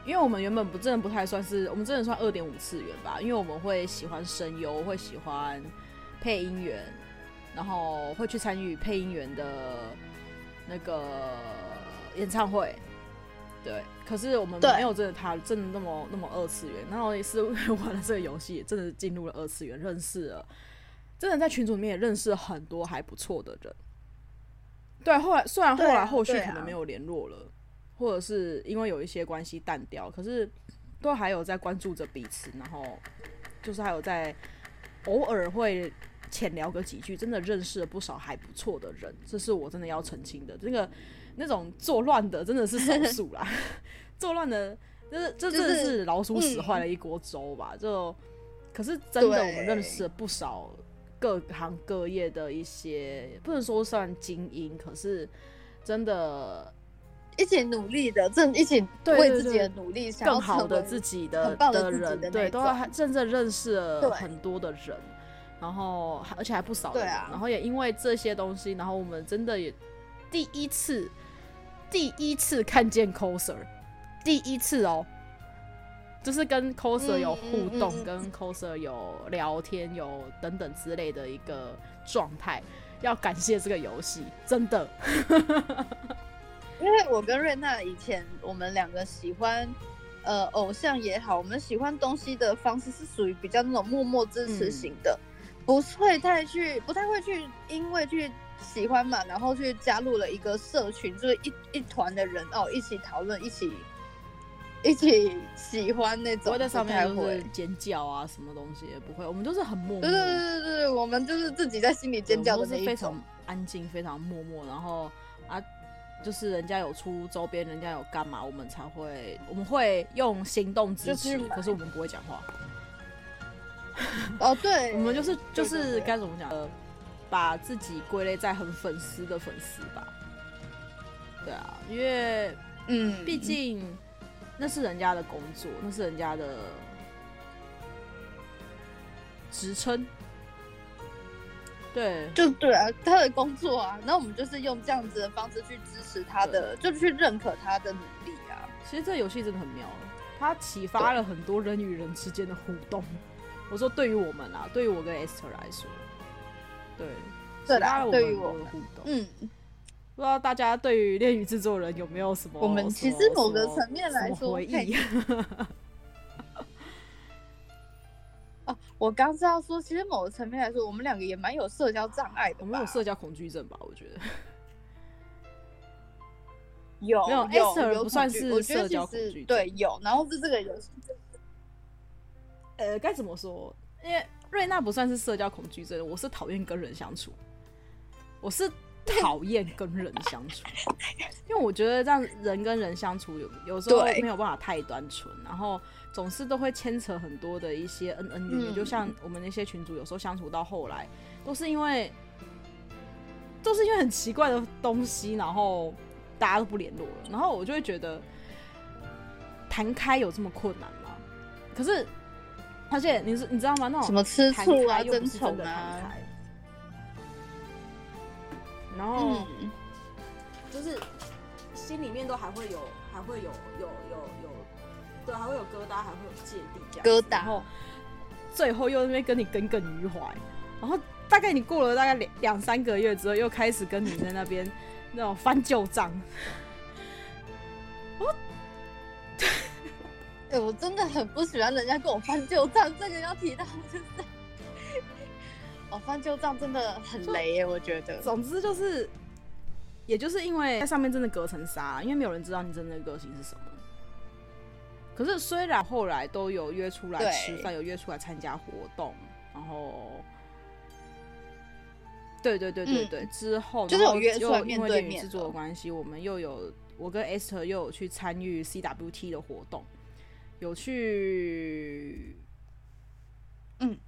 Speaker 1: 因为我们原本不真的不太算是，我们真的算二点五次元吧，因为我们会喜欢声优，会喜欢配音员，然后会去参与配音员的那个演唱会。对，可是我们
Speaker 2: 对
Speaker 1: 没有真的他真的那么那么二次元，然后也是玩了这个游戏，真的进入了二次元，认识了，真的在群组里面也认识了很多还不错的人。对，后来虽然后
Speaker 2: 对
Speaker 1: 来
Speaker 2: 啊
Speaker 1: 后续
Speaker 2: 对
Speaker 1: 可能
Speaker 2: 啊
Speaker 1: 没有联络了，或者是因为有一些关系淡掉，可是都还有在关注着彼此，然后就是还有在偶尔会浅聊个几句，真的认识了不少还不错的人，这是我真的要澄清的。这个那种作乱的真的是少数 啦，作乱的，就是这
Speaker 2: 就
Speaker 1: 真的
Speaker 2: 是
Speaker 1: 是老鼠屎
Speaker 2: 嗯
Speaker 1: 坏了一锅粥吧？就可是真的，
Speaker 2: 对
Speaker 1: 我们认识了不少各行各业的一些，不能说算精英，可是真的
Speaker 2: 一起努力的，正一起
Speaker 1: 对
Speaker 2: 为
Speaker 1: 对
Speaker 2: 自己
Speaker 1: 对
Speaker 2: 的努力，想要
Speaker 1: 更好的
Speaker 2: 成为
Speaker 1: 自己的
Speaker 2: 很棒的自己的
Speaker 1: 人，
Speaker 2: 那
Speaker 1: 对，都
Speaker 2: 种
Speaker 1: 还真正认识了
Speaker 2: 对
Speaker 1: 很多的人，然后还而且还不少的
Speaker 2: 对
Speaker 1: 人，
Speaker 2: 啊
Speaker 1: 然后也因为这些东西，然后我们真的也第一次第一次看见 coser，第一次哦。就是跟 coser
Speaker 2: 嗯
Speaker 1: 有
Speaker 2: 嗯
Speaker 1: 互
Speaker 2: 嗯
Speaker 1: 动，
Speaker 2: 嗯
Speaker 1: 跟 coser 有聊天，有等等之类的一个状态，要感谢这个游戏，真的，
Speaker 2: 因为我跟瑞娜以前我们两个喜欢，呃，偶像也好，我们喜欢东西的方式是属于比较那种默默支
Speaker 1: 嗯
Speaker 2: 持型的，不会太去，不太会去，因为去喜欢嘛，然后去加入了一个社群，就是一一团的人哦，一起讨论，一起一起喜欢那
Speaker 1: 不
Speaker 2: 种，
Speaker 1: 会在上面
Speaker 2: 不
Speaker 1: 就
Speaker 2: 太会
Speaker 1: 是尖叫啊，什么东西也不会，我们都是很默默
Speaker 2: 对对对对对，我们就是自己在心里尖叫
Speaker 1: 我们
Speaker 2: 的
Speaker 1: 都
Speaker 2: 那
Speaker 1: 是
Speaker 2: 一
Speaker 1: 非
Speaker 2: 种
Speaker 1: 常。安静、非常默默，然后啊，就是人家有出周边，人家有干嘛，我们才会，我们会用行动支持
Speaker 2: 就去，买
Speaker 1: 可是我们不会讲话，
Speaker 2: 哦，对，
Speaker 1: 我们就是就
Speaker 2: 对对
Speaker 1: 是
Speaker 2: 对
Speaker 1: 该怎么讲，呃，把自己归类在很粉丝的粉丝吧。对啊，因为
Speaker 2: 嗯，
Speaker 1: 毕竟那是人家的工作，那是人家的职称。对，
Speaker 2: 就对啊，他的工作啊，那我们就是用这样子的方式去支持他的，就去认可他的努力啊。
Speaker 1: 其实这游戏真的很妙，它启发了很多人与人之间的互动。我说对于我们啊，对于我跟 Esther 来说，对，
Speaker 2: 对
Speaker 1: 启发
Speaker 2: 啦
Speaker 1: 了，我
Speaker 2: 对于
Speaker 1: 们
Speaker 2: 我
Speaker 1: 很多的，互动。
Speaker 2: 嗯，
Speaker 1: 不知道大家对于恋与制作人有没有什么？
Speaker 2: 我
Speaker 1: 什
Speaker 2: 们
Speaker 1: 么
Speaker 2: 其实某个
Speaker 1: 什么
Speaker 2: 层面来
Speaker 1: 什么
Speaker 2: 说
Speaker 1: 回
Speaker 2: 可
Speaker 1: 忆
Speaker 2: 以，哦，我刚是要说，其实某个层面来说，我们两个也蛮有社交障碍的吧。
Speaker 1: 我们有社交恐惧症吧？我觉得
Speaker 2: 有哎
Speaker 1: 没有
Speaker 2: 有
Speaker 1: Esther
Speaker 2: 有
Speaker 1: 不算
Speaker 2: 恐惧
Speaker 1: 是
Speaker 2: 我觉
Speaker 1: 社
Speaker 2: 得
Speaker 1: 交恐
Speaker 2: 其
Speaker 1: 惧
Speaker 2: 实
Speaker 1: 症哦
Speaker 2: 对有，然后是这个游戏，
Speaker 1: 呃，该怎么说？因为瑞娜不算是社交恐惧症，我是讨厌跟人相处，我是讨厌跟人相处，因为我觉得这样人跟人相处有有时候
Speaker 2: 对
Speaker 1: 没有办法太单纯，然后总是都会牵扯很多的一些恩恩怨怨，
Speaker 2: 嗯
Speaker 1: 就像我们那些群主有时候相处到后来，都是因为都是因为很奇怪的东西，然后大家都不联络了，然后我就会觉得谈开有这么困难吗？可是，而且你是你知道吗？那种
Speaker 2: 什么吃
Speaker 1: 谈
Speaker 2: 醋
Speaker 1: 开
Speaker 2: 啊、
Speaker 1: 又不
Speaker 2: 争
Speaker 1: 是真
Speaker 2: 宠
Speaker 1: 的谈
Speaker 2: 啊，
Speaker 1: 开，然后、
Speaker 2: 嗯，
Speaker 1: 就是心里面都还会有，还会有有有有，对，还会有疙瘩，还会有芥蒂这样子
Speaker 2: 疙瘩
Speaker 1: 然后最后又在那边跟你耿耿于怀，然后大概你过了大概两两三个月之后，又开始跟你在那边那种翻旧账，
Speaker 2: 哎，我真的很不喜欢人家跟我翻旧账，这个要提到就是。 哦，翻旧账真的很雷耶，我觉得。
Speaker 1: 总之就是，也就是因为在上面真的隔层纱，因为没有人知道你真正的个性是什么。可是虽然后来都有约出来
Speaker 2: 对
Speaker 1: 吃饭，有约出来参加活动，然后对对对对
Speaker 2: 嗯
Speaker 1: 对，之后
Speaker 2: 就是
Speaker 1: 然
Speaker 2: 有
Speaker 1: 后
Speaker 2: 约出来
Speaker 1: 又因
Speaker 2: 面
Speaker 1: 为
Speaker 2: 对
Speaker 1: 电影
Speaker 2: 面
Speaker 1: 制作
Speaker 2: 了
Speaker 1: 的关系，我们又有我跟 Esther 又有去参与 CWT 的活动，有去，
Speaker 2: 嗯，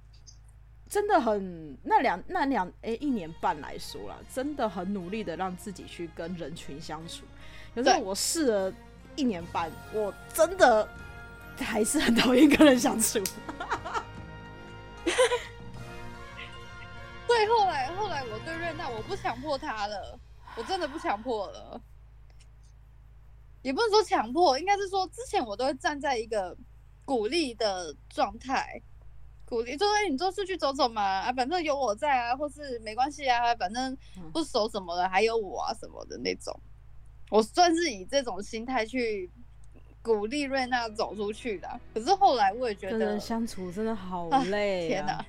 Speaker 1: 真的很那两那两诶、一年半来说啦，真的很努力的让自己去跟人群相处。可是
Speaker 2: 对
Speaker 1: 我试了一年半，我真的还是很讨厌跟人相处。
Speaker 2: 对，后来后来我对瑞娜，我不强迫她了，我真的不强迫了，也不是说强迫，应该是说之前我都会站在一个鼓励的状态，鼓励就说、哎你就出去走走嘛，啊，反正有我在啊，或是没关系啊，反正
Speaker 1: 嗯
Speaker 2: 不熟什么的，还有我啊什么的那种，我算是以这种心态去鼓励瑞娜走出去的。可是后来我也觉
Speaker 1: 跟
Speaker 2: 得
Speaker 1: 人，相处真的好
Speaker 2: 啊
Speaker 1: 累、
Speaker 2: 天哪，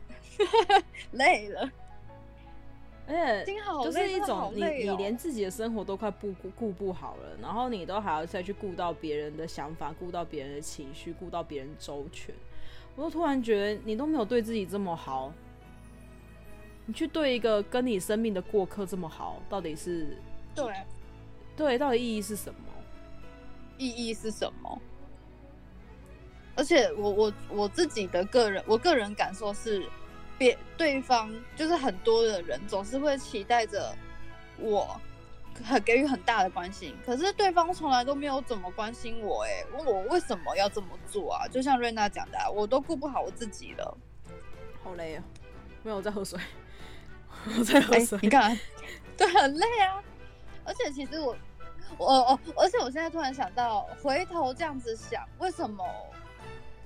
Speaker 2: 累了，
Speaker 1: 而且
Speaker 2: 心好
Speaker 1: 就
Speaker 2: 累，
Speaker 1: 是一
Speaker 2: 真的好
Speaker 1: 种你
Speaker 2: 累
Speaker 1: 你
Speaker 2: 哦
Speaker 1: 连自己的生活都快不顾顾不好了，然后你都还要再去顾到别人的想法，顾到别人的情绪，顾到别人周全。我就突然觉得你都没有对自己这么好，你去对一个跟你生命的过客这么好，到底是
Speaker 2: 对。啊
Speaker 1: 对到底意义是什么？
Speaker 2: 意义是什么。而且我我我自己的个人，我个人感受是，别对方就是很多的人总是会期待着我很给予很大的关心，可是对方从来都没有怎么关心我、欸，哎，问我为什么要这么做啊？就像瑞娜讲的、啊，我都顾不好我自己了。
Speaker 1: 好累啊！没有，我在喝水， 我在喝
Speaker 2: 哎、
Speaker 1: 水。
Speaker 2: 你看， 对，很累啊。而且其实我，我哦，而且我现在突然想到，回头这样子想，为什么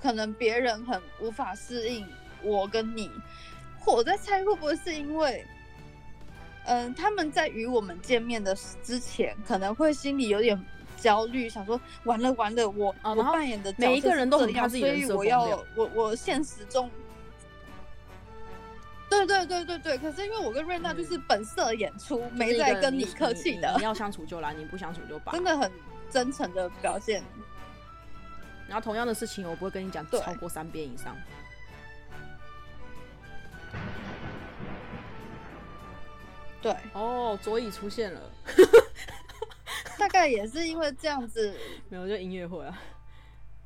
Speaker 2: 可能别人很无法适应我跟你？或我在猜会不会是因为，嗯、他们在与我们见面的之前，可能会心里有点。焦虑，想说完了完了，我、
Speaker 1: 哦
Speaker 2: 我
Speaker 1: 然后
Speaker 2: 扮演的角
Speaker 1: 每一
Speaker 2: 色
Speaker 1: 个
Speaker 2: 是
Speaker 1: 人都
Speaker 2: 这
Speaker 1: 很怕
Speaker 2: 样
Speaker 1: 自己
Speaker 2: 所
Speaker 1: 人
Speaker 2: 以
Speaker 1: 设
Speaker 2: 我
Speaker 1: 崩
Speaker 2: 要
Speaker 1: 掉
Speaker 2: 我我现实中对对对对对，可是因为我跟瑞娜就是本色演出，
Speaker 1: 嗯就是
Speaker 2: 没
Speaker 1: 一
Speaker 2: 在
Speaker 1: 个
Speaker 2: 跟你客气
Speaker 1: 你
Speaker 2: 的
Speaker 1: 你，要相处就来，你不相处就罢。
Speaker 2: 真的很真诚的表现。
Speaker 1: 然后同样的事情，我不会跟你讲
Speaker 2: 对
Speaker 1: 超过三遍以上。
Speaker 2: 对，
Speaker 1: 哦，佐伊出现了，
Speaker 2: 大概也是因为这样子，
Speaker 1: 没有就音乐会啊。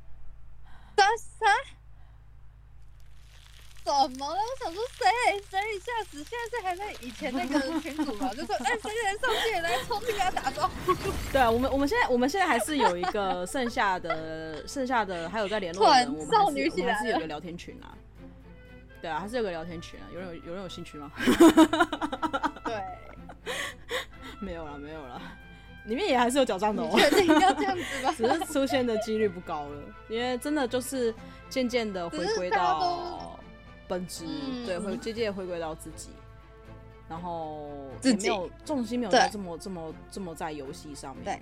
Speaker 2: 啥啥？怎么了？我想说谁谁一下子，现在是还在以前那个群组嘛，就说哎谁谁上去来冲去给他打招呼，
Speaker 1: 对啊，我们我们现在我们现在还是有一个剩下的剩下的还有在联络
Speaker 2: 突
Speaker 1: 的
Speaker 2: 然
Speaker 1: 人，我们
Speaker 2: 少
Speaker 1: 还是
Speaker 2: 女
Speaker 1: 我
Speaker 2: 起
Speaker 1: 们还
Speaker 2: 来
Speaker 1: 是有
Speaker 2: 了
Speaker 1: 个聊天群啊。对啊，还是有个聊天群啊。有人有有人有兴趣吗？
Speaker 2: 对，
Speaker 1: 没有啦，没有啦。里面也还是有脚账的哦
Speaker 2: 你，确定要这样 子吗？
Speaker 1: 只是出现的几率不高了，因为真的就是渐渐的回
Speaker 2: 只是
Speaker 1: 归
Speaker 2: 大家
Speaker 1: 到本质，
Speaker 2: 嗯
Speaker 1: 对，会渐渐地回归到自己。然后
Speaker 2: 自
Speaker 1: 也没
Speaker 2: 己
Speaker 1: 有重心没有在
Speaker 2: 对
Speaker 1: 这么这么这么在游戏上面，
Speaker 2: 对。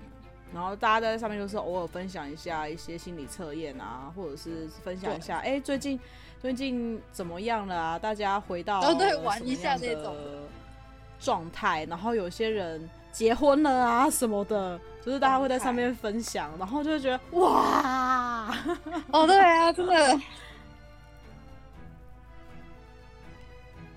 Speaker 1: 然后大家在上面就是偶尔分享一下一些心理测验啊，或者是分享一下，哎、最近最近怎么样了啊？大家回到
Speaker 2: 哦对
Speaker 1: 什么
Speaker 2: 玩一下
Speaker 1: 样的
Speaker 2: 那种
Speaker 1: 状态。然后有些人结婚了啊什么的，就是大家会在上面分享，然后就会觉得哇，
Speaker 2: 哦，对啊，真的。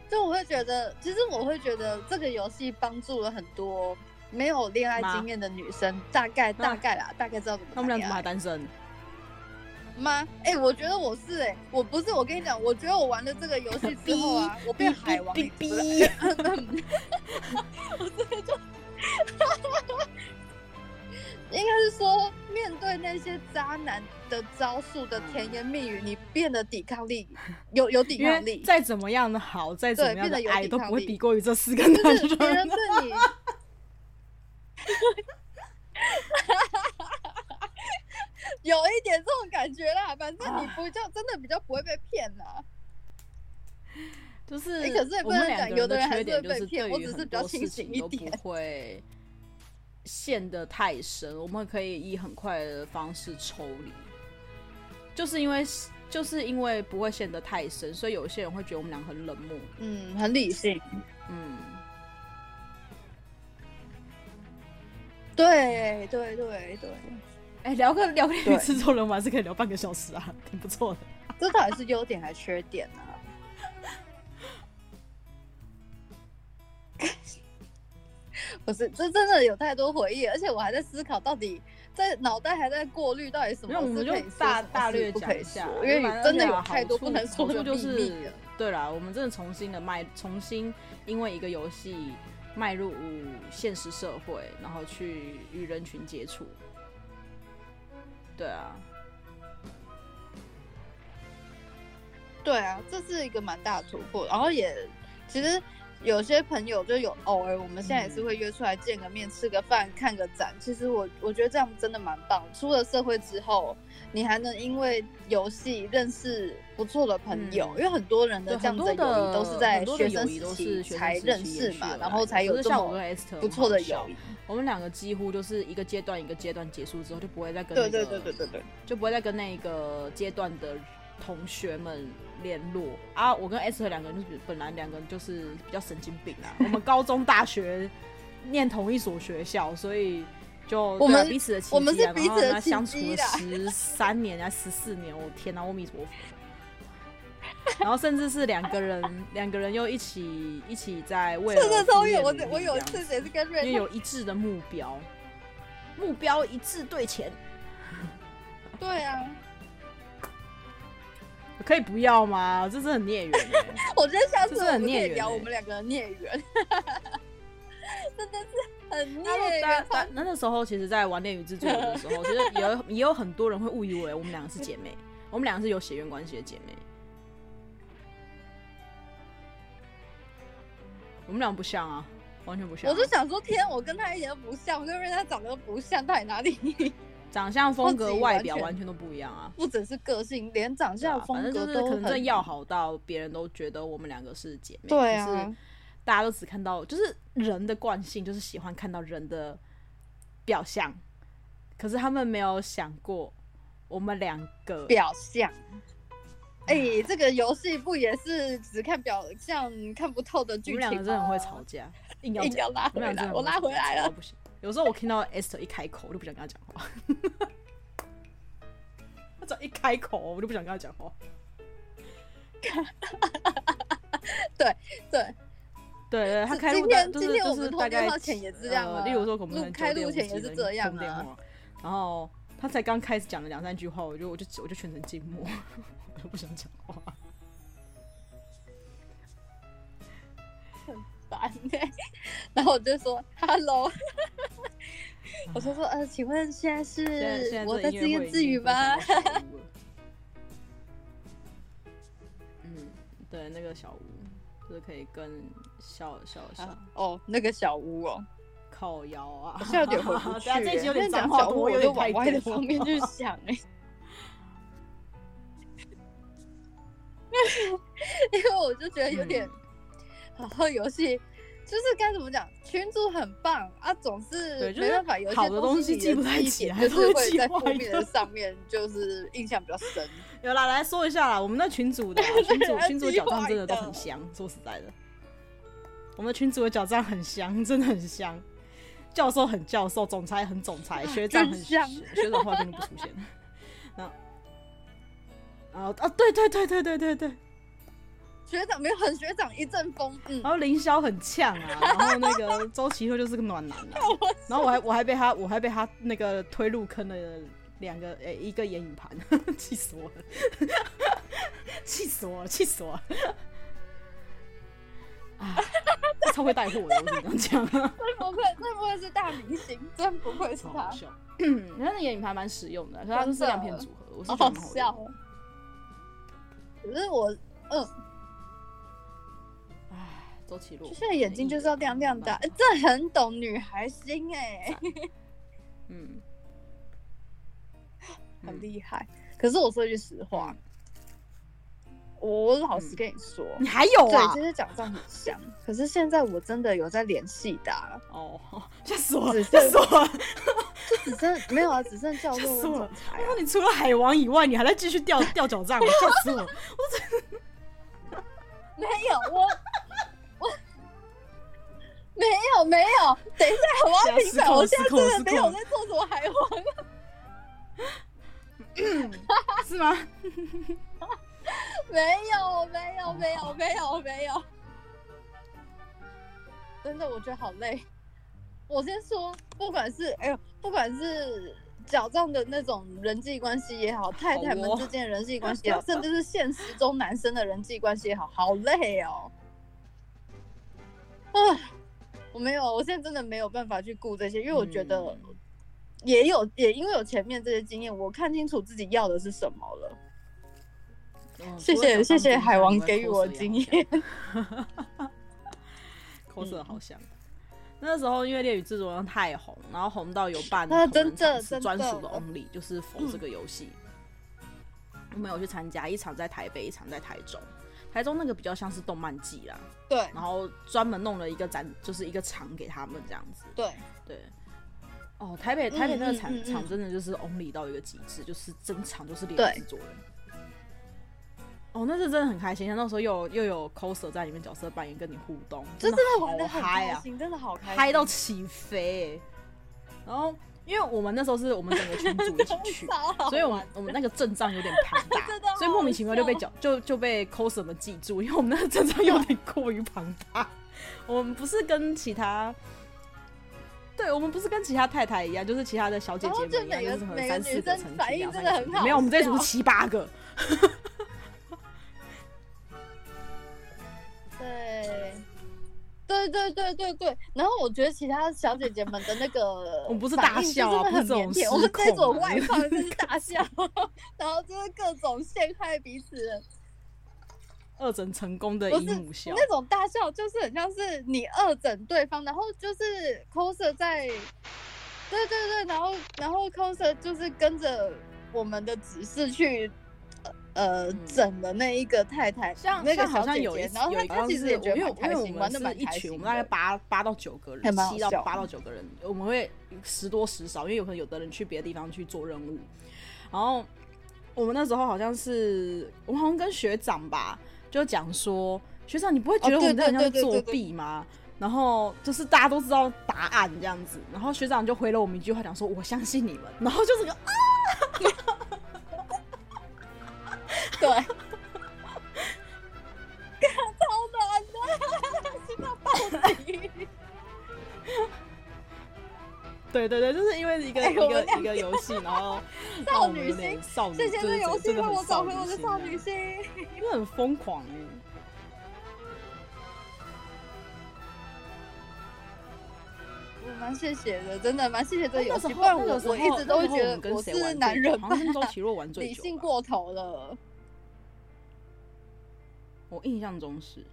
Speaker 2: 就我会觉得，其实我会觉得这个游戏帮助了很多没有恋爱经验的女生，大概
Speaker 1: 那
Speaker 2: 大概啦，大概知道怎么
Speaker 1: 他们俩怎
Speaker 2: 谈恋
Speaker 1: 么还
Speaker 2: 爱。
Speaker 1: 单身？
Speaker 2: 妈，哎、我觉得我是哎、我不是，我跟你讲，我觉得我玩了这个游戏之后 啊，我变海王，
Speaker 1: 哔
Speaker 2: 你知道吗
Speaker 1: 哔哔
Speaker 2: 应该是说，面对那些渣男的招数的甜言蜜语，你变得抵抗力有有抵
Speaker 1: 因
Speaker 2: 抗
Speaker 1: 为
Speaker 2: 力，
Speaker 1: 再怎么样的好，再怎么样
Speaker 2: 变得
Speaker 1: 的
Speaker 2: 有
Speaker 1: 矮
Speaker 2: 抵
Speaker 1: 都
Speaker 2: 抗
Speaker 1: 不会
Speaker 2: 力
Speaker 1: 比过于这四个
Speaker 2: 就
Speaker 1: 男
Speaker 2: 是别人
Speaker 1: 人。
Speaker 2: 对 你。有一点这种感觉啦，反正你不叫真的比较不会被骗啦。
Speaker 1: 就是
Speaker 2: 哎可是也不
Speaker 1: 我们
Speaker 2: 能
Speaker 1: 两
Speaker 2: 讲
Speaker 1: 个
Speaker 2: 有
Speaker 1: 人的
Speaker 2: 的人
Speaker 1: 缺
Speaker 2: 还是
Speaker 1: 点
Speaker 2: 会
Speaker 1: 就是对
Speaker 2: 被骗我
Speaker 1: 于
Speaker 2: 只是
Speaker 1: 很
Speaker 2: 比较
Speaker 1: 多事
Speaker 2: 清醒
Speaker 1: 情
Speaker 2: 一
Speaker 1: 都不
Speaker 2: 点
Speaker 1: 会陷得太深，我们可以以很快的方式抽离。就是因为就是因为不会陷得太深，所以有些人会觉得我们俩很冷漠。
Speaker 2: 嗯，很理性。
Speaker 1: 嗯，
Speaker 2: 对对对对，
Speaker 1: 哎、聊个聊个恋与
Speaker 2: 对
Speaker 1: 制作人，我们还是可以聊半个小时啊，挺不错的。
Speaker 2: 这到底是优点还是缺点呢、啊？ 不是，这真的有太多回忆，而且我还在思考，到底在脑袋还在过滤，到底什么
Speaker 1: 那我们
Speaker 2: 是
Speaker 1: 就
Speaker 2: 可以说
Speaker 1: 大
Speaker 2: 什么
Speaker 1: 大
Speaker 2: 是
Speaker 1: 略
Speaker 2: 不
Speaker 1: 讲
Speaker 2: 可以
Speaker 1: 一下啦，
Speaker 2: 说因为
Speaker 1: 反正
Speaker 2: 真的
Speaker 1: 那
Speaker 2: 有
Speaker 1: 个
Speaker 2: 太
Speaker 1: 好
Speaker 2: 多
Speaker 1: 处
Speaker 2: 不能说
Speaker 1: 好
Speaker 2: 的
Speaker 1: 处就
Speaker 2: 秘密
Speaker 1: 是
Speaker 2: 了。
Speaker 1: 对啦，我们真的重新的迈，重新因为一个游戏迈入现实社会，然后去与人群接触。对啊，
Speaker 2: 对啊，这是一个蛮大的突破。然后也其实有些朋友就有偶尔，我们现在
Speaker 1: 嗯
Speaker 2: 也是会约出来见个面、吃个饭、看个展。其实我我觉得这样真的蛮棒。出了社会之后，你还能因为游戏认识不错的朋友，
Speaker 1: 嗯
Speaker 2: 因为很多人的
Speaker 1: 对
Speaker 2: 这样
Speaker 1: 很
Speaker 2: 子
Speaker 1: 多
Speaker 2: 友
Speaker 1: 的
Speaker 2: 谊都是在
Speaker 1: 很多的
Speaker 2: 学
Speaker 1: 友
Speaker 2: 生
Speaker 1: 谊
Speaker 2: 时
Speaker 1: 都
Speaker 2: 期
Speaker 1: 是学生
Speaker 2: 才
Speaker 1: 时期
Speaker 2: 认
Speaker 1: 延
Speaker 2: 识
Speaker 1: 续
Speaker 2: 嘛
Speaker 1: 而，
Speaker 2: 然
Speaker 1: 来
Speaker 2: 后
Speaker 1: 的
Speaker 2: 才
Speaker 1: 可
Speaker 2: 有
Speaker 1: 是
Speaker 2: 这
Speaker 1: 像我跟
Speaker 2: 么
Speaker 1: Esther
Speaker 2: 不错的友
Speaker 1: 谊。
Speaker 2: 谊。
Speaker 1: 我们两个几乎就是一个阶段一个阶段结束之后，就不会再跟、那
Speaker 2: 对
Speaker 1: 个、啊
Speaker 2: 对对对对对，
Speaker 1: 就不会再跟那个阶段的同学们联络啊。我跟 S 两个人就是本来两个人就是比较神经病啊， 我们高中、大学念同一所学校，所以就
Speaker 2: 我们
Speaker 1: 对啊彼此的亲戚啊
Speaker 2: 我们是彼此
Speaker 1: 然
Speaker 2: 的
Speaker 1: 后呢相处
Speaker 2: 亲戚
Speaker 1: 了十
Speaker 2: 啦
Speaker 1: 三年啊，十四年，我天哪、阿弥陀佛！ 然后甚至是两个人， 两个人又一起一起在为了
Speaker 2: 这个超
Speaker 1: 职业
Speaker 2: 有我
Speaker 1: 努力
Speaker 2: 我有一
Speaker 1: 这样
Speaker 2: 次也是跟瑞
Speaker 1: 因为有一致的目标，目标一致对钱，
Speaker 2: 对啊，
Speaker 1: 可以不要吗？这是很 孽缘、欸，
Speaker 2: 我觉得下次
Speaker 1: 这是
Speaker 2: 我
Speaker 1: 很
Speaker 2: 们可
Speaker 1: 孽
Speaker 2: 以
Speaker 1: 缘
Speaker 2: 聊
Speaker 1: 欸
Speaker 2: 我们两个的孽缘， 真的是很孽
Speaker 1: 那如果大家。
Speaker 2: 缘
Speaker 1: 大那那时候，其实，在玩《恋与制作》的时候，其实也有也有很多人会误以为我们两个是姐妹，我们两个是有血缘关系的姐妹。我们俩不像啊，完全不像啊、
Speaker 2: 我就想说，天，我跟他一点都不像，我跟瑞他长得都不像，到底哪里？
Speaker 1: 长相、风格、
Speaker 2: 自己
Speaker 1: 外
Speaker 2: 完
Speaker 1: 表
Speaker 2: 全
Speaker 1: 完全都不一样啊。
Speaker 2: 不只是个性，连长
Speaker 1: 对啊
Speaker 2: 相、风
Speaker 1: 反正
Speaker 2: 格
Speaker 1: 就是
Speaker 2: 都
Speaker 1: 可能真的
Speaker 2: 很
Speaker 1: 要。好到别人都觉得我们两个是姐妹。
Speaker 2: 对
Speaker 1: 可
Speaker 2: 啊
Speaker 1: 是，大家都只看到就是人的惯性，就是喜欢看到人的表象，可是他们没有想过我们两个
Speaker 2: 表象。哎、这个游戏不也是只看表象看不透的
Speaker 1: 我
Speaker 2: 剧
Speaker 1: 们
Speaker 2: 情吗？
Speaker 1: 两个真的很会吵架，硬要
Speaker 2: 哦 硬
Speaker 1: 讲
Speaker 2: 要拉
Speaker 1: 我
Speaker 2: 回
Speaker 1: 们俩真
Speaker 2: 来，
Speaker 1: 的
Speaker 2: 我拉回来了。
Speaker 1: 不行。有时候我听到 Esther 一开口，我就不想跟他讲话。 他只要一开口，我就不想跟他讲话。
Speaker 2: 对，
Speaker 1: 对对，他
Speaker 2: 是
Speaker 1: 开录
Speaker 2: 今
Speaker 1: 的
Speaker 2: 天
Speaker 1: 就是
Speaker 2: 今天
Speaker 1: 就
Speaker 2: 我
Speaker 1: 是
Speaker 2: 们
Speaker 1: 大
Speaker 2: 通电
Speaker 1: 概
Speaker 2: 话前也是这样
Speaker 1: 呃
Speaker 2: 啊
Speaker 1: 例如说我们可
Speaker 2: 录
Speaker 1: 能九
Speaker 2: 开
Speaker 1: 点
Speaker 2: 录
Speaker 1: 五
Speaker 2: 前
Speaker 1: 十
Speaker 2: 也是
Speaker 1: 分
Speaker 2: 这样
Speaker 1: 通电
Speaker 2: 啊
Speaker 1: 话，然后他才刚开始讲了两三句话，我就我就我就全程静默， 我都不想讲话。
Speaker 2: 烦欸 然后我就说 “hello”，我就说呃，请问现在
Speaker 1: 现在
Speaker 2: 是
Speaker 1: 现在
Speaker 2: 我
Speaker 1: 这
Speaker 2: 在
Speaker 1: 音
Speaker 2: 自
Speaker 1: 乐
Speaker 2: 言
Speaker 1: 会已
Speaker 2: 自
Speaker 1: 经
Speaker 2: 语
Speaker 1: 非常
Speaker 2: 吗
Speaker 1: 的？ 小屋了嗯，对，那个小屋就是可以跟小小小
Speaker 2: 啊 哦，那个小屋哦，
Speaker 1: 靠腰啊
Speaker 2: 我，现在有点回不去
Speaker 1: 对啊
Speaker 2: 欸。
Speaker 1: 这一集有
Speaker 2: 因为
Speaker 1: 点
Speaker 2: 讲
Speaker 1: 脏话
Speaker 2: 小
Speaker 1: 多
Speaker 2: 屋，
Speaker 1: 有
Speaker 2: 我
Speaker 1: 点
Speaker 2: 就
Speaker 1: 太
Speaker 2: 往歪的
Speaker 1: 多
Speaker 2: 方面去想哎， 因为我就觉得有
Speaker 1: 嗯
Speaker 2: 点，然后游戏。就是该怎么讲，群主很棒啊，总是
Speaker 1: 对就是
Speaker 2: 没办法，有一些
Speaker 1: 好的东西
Speaker 2: 你
Speaker 1: 记不
Speaker 2: 的
Speaker 1: 太
Speaker 2: 记忆
Speaker 1: 起
Speaker 2: 点
Speaker 1: 来
Speaker 2: 就
Speaker 1: 都
Speaker 2: 是
Speaker 1: 会
Speaker 2: 会
Speaker 1: 记
Speaker 2: 在负
Speaker 1: 坏
Speaker 2: 面
Speaker 1: 的
Speaker 2: 的上面，就是印象比较深。
Speaker 1: 有啦，来说一下啦，我们那群主的啊群主群主的脚账真的都很香，说实在的，我们的群主的脚账很香，真的很香。教授很教授，总裁很总裁，学长很
Speaker 2: 真香
Speaker 1: 学学长后来根本不出现。 然后，然后啊，对对对对对对对，
Speaker 2: 学长没有很学长一阵风， 嗯，
Speaker 1: 然后凌霄很呛啊，然后那个周奇慧就是个暖男 啊，然后我还我还被他我还被他那个推入坑了两个诶、一个眼影盘， 气死我了，气死我了，气死我了，啊，超会带货的，我只能这样讲，
Speaker 2: 真啊不愧，真不愧是大明星，真不愧是
Speaker 1: 超
Speaker 2: 他
Speaker 1: 好， 笑。嗯，他那眼影盘蛮实用的，可是它就是亮片组合，我是
Speaker 2: 好
Speaker 1: 觉得
Speaker 2: 好
Speaker 1: 蛮
Speaker 2: 笑
Speaker 1: 用的
Speaker 2: 哦。可是我，嗯，
Speaker 1: 唉，周奇洛，
Speaker 2: 现在眼睛就是要亮亮的，哎这很懂女孩心哎、
Speaker 1: 嗯，嗯
Speaker 2: 很厉害。可是我说一句实话，
Speaker 1: 嗯
Speaker 2: 我老实跟你说，
Speaker 1: 你还有
Speaker 2: 对
Speaker 1: 啊
Speaker 2: 这？些奖状很香，可是现在我真的有在联系的啊、
Speaker 1: 哦， 吓死我了，
Speaker 2: 只
Speaker 1: 吓
Speaker 2: 是
Speaker 1: 死我了。
Speaker 2: 就只剩没有啊，只剩教授跟
Speaker 1: 吓死我了
Speaker 2: 总裁、啊
Speaker 1: 那。你除了海王以外，你还在继续 掉掉脚 杖，我笑死我！
Speaker 2: 没有我，我 没有没有，等一下，我要停
Speaker 1: 失控
Speaker 2: 水，
Speaker 1: 了
Speaker 2: 我现在
Speaker 1: 失控了
Speaker 2: 真的没
Speaker 1: 失控
Speaker 2: 有
Speaker 1: 了
Speaker 2: 在做什么海王，
Speaker 1: 是吗？
Speaker 2: 没有没有没有没有没有，真的我觉得好累，我先说，不管是哎呦，不管是矫正的那种人际关系也好，太太们之间的人际关系也好，甚至是现实中男生的人际关系也好，好累哦。啊，我没有，我现在真的没有办法去顾这些，因为我觉得
Speaker 1: 嗯
Speaker 2: 也有，也因为有前面这些经验，我看清楚自己要的是什么了。
Speaker 1: 嗯
Speaker 2: 谢
Speaker 1: 除了
Speaker 2: 谢
Speaker 1: 小
Speaker 2: 谢
Speaker 1: 当兵
Speaker 2: 谢海
Speaker 1: 之外
Speaker 2: 王
Speaker 1: 因为
Speaker 2: 给予
Speaker 1: cos
Speaker 2: 我
Speaker 1: 也好
Speaker 2: 经
Speaker 1: 像
Speaker 2: 验。
Speaker 1: 口舌
Speaker 2: 嗯
Speaker 1: 好香。那时候因为《恋与制作人》太红，然后红到有办
Speaker 2: 啊
Speaker 1: 同人
Speaker 2: 真的嗯
Speaker 1: 场是
Speaker 2: 真
Speaker 1: 专属的
Speaker 2: 的
Speaker 1: Only，就是否这个游戏。我们有去参加，一场在台北，一场在台中。台中那个比较像是动漫季啦，
Speaker 2: 对
Speaker 1: 然后专门弄了一个展，就是一个场给他们这样子。
Speaker 2: 对，
Speaker 1: 对，哦，台北台北那个
Speaker 2: 嗯嗯
Speaker 1: 场、
Speaker 2: 嗯嗯
Speaker 1: 场真的就是 only 到一个极致，就是整场都是
Speaker 2: 对
Speaker 1: 练制作人。哦，那是真的很开心，那时候又有又有 coser 在里面角色扮演跟你互动，
Speaker 2: 这
Speaker 1: 真
Speaker 2: 真
Speaker 1: 的
Speaker 2: 的玩的
Speaker 1: 好
Speaker 2: 很
Speaker 1: 嗨
Speaker 2: 开
Speaker 1: 啊，
Speaker 2: 心，真的好开心，
Speaker 1: 嗨到起飞欸、然后因为我们那时候是我们整个群组一起 去，
Speaker 2: 超好
Speaker 1: 所以我们
Speaker 2: 玩
Speaker 1: 我们那个阵仗有点庞
Speaker 2: 真的
Speaker 1: 大，
Speaker 2: 好
Speaker 1: 所以莫名其妙就被叫就就被 coser 们记住，因为我们那个阵仗有点过于庞大。 我们不是跟其他，对我们不是跟其他太太一样，就是其他的小姐姐们一样，哦
Speaker 2: 然
Speaker 1: 就
Speaker 2: 后
Speaker 1: 是可
Speaker 2: 就
Speaker 1: 能
Speaker 2: 每个
Speaker 1: 三四
Speaker 2: 每
Speaker 1: 个
Speaker 2: 个女生
Speaker 1: 成群，
Speaker 2: 反应
Speaker 1: 两三
Speaker 2: 真
Speaker 1: 个成
Speaker 2: 的很
Speaker 1: 群，
Speaker 2: 好
Speaker 1: 没有，我们这一组
Speaker 2: 笑
Speaker 1: 是七八个。
Speaker 2: 对，对对对对对。然后我觉得其他小姐姐们的那个
Speaker 1: 我们不是
Speaker 2: 反
Speaker 1: 大
Speaker 2: 应
Speaker 1: 笑啊
Speaker 2: 就
Speaker 1: 不是
Speaker 2: 真
Speaker 1: 这
Speaker 2: 的很
Speaker 1: 种
Speaker 2: 腼腆，
Speaker 1: 失
Speaker 2: 我
Speaker 1: 控
Speaker 2: 们这种
Speaker 1: 啊
Speaker 2: 外放的就是大笑， 然后就是各种陷害彼此的。
Speaker 1: 二诊成功的
Speaker 2: 不
Speaker 1: 姨
Speaker 2: 是
Speaker 1: 母笑，
Speaker 2: 那种大笑，就是很像是你二整对方，然后就是 coser 在，对对对，然后然后 coser 就是跟着我们的指示去。呃，
Speaker 1: 嗯
Speaker 2: 整的那一个太太，
Speaker 1: 像
Speaker 2: 那个
Speaker 1: 像好
Speaker 2: 小
Speaker 1: 像
Speaker 2: 姐
Speaker 1: 有一
Speaker 2: 姐，
Speaker 1: 次
Speaker 2: 然后
Speaker 1: 有
Speaker 2: 她
Speaker 1: 一
Speaker 2: 她
Speaker 1: 次
Speaker 2: 其实也觉
Speaker 1: 是我
Speaker 2: 得蛮开
Speaker 1: 因为因
Speaker 2: 心，
Speaker 1: 为我
Speaker 2: 玩的
Speaker 1: 们
Speaker 2: 蛮
Speaker 1: 是一
Speaker 2: 开
Speaker 1: 群，我
Speaker 2: 心
Speaker 1: 们大概
Speaker 2: 的。
Speaker 1: 八八到九个
Speaker 2: 还
Speaker 1: 人，
Speaker 2: 蛮好
Speaker 1: 七到
Speaker 2: 笑
Speaker 1: 八到九个人，我们会时多时少，因为有可能有的人去别的地方去做任务，然后我们那时候好像是我们好像跟学长吧，就讲说学长你不会觉得
Speaker 2: 哦
Speaker 1: 我们这样
Speaker 2: 对
Speaker 1: 像
Speaker 2: 对对
Speaker 1: 作
Speaker 2: 对对
Speaker 1: 弊吗？然后就是大家都知道答案这样子，然后学长就回了我们一句话，讲说我相信你们，然后就是个
Speaker 2: 对， 干超难的， 心到爆底。
Speaker 1: 对对对，就是因为一个、
Speaker 2: 哎
Speaker 1: 一
Speaker 2: 我们
Speaker 1: 个
Speaker 2: 两
Speaker 1: 一个游 戏，然后让
Speaker 2: 少
Speaker 1: 我们
Speaker 2: 女
Speaker 1: 有点
Speaker 2: 心
Speaker 1: 少女，
Speaker 2: 谢谢
Speaker 1: 对
Speaker 2: 这
Speaker 1: 对
Speaker 2: 游戏
Speaker 1: 真的
Speaker 2: 为
Speaker 1: 很
Speaker 2: 我找回我的
Speaker 1: 心
Speaker 2: 少
Speaker 1: 啊
Speaker 2: 女心。
Speaker 1: 真的很疯狂哎、
Speaker 2: 我蛮谢谢的，真的蛮谢谢这个游
Speaker 1: 哎那
Speaker 2: 戏，
Speaker 1: 时
Speaker 2: 不
Speaker 1: 候
Speaker 2: 然
Speaker 1: 那
Speaker 2: 我
Speaker 1: 个时候
Speaker 2: 我一直都会觉
Speaker 1: 那时候我们
Speaker 2: 得
Speaker 1: 跟
Speaker 2: 我
Speaker 1: 谁玩最
Speaker 2: 是
Speaker 1: 久
Speaker 2: 男人
Speaker 1: 好
Speaker 2: 吧
Speaker 1: 像，是跟周奇若玩最
Speaker 2: 理
Speaker 1: 久啊
Speaker 2: 性
Speaker 1: 吧，
Speaker 2: 过头了。
Speaker 1: 我印象中是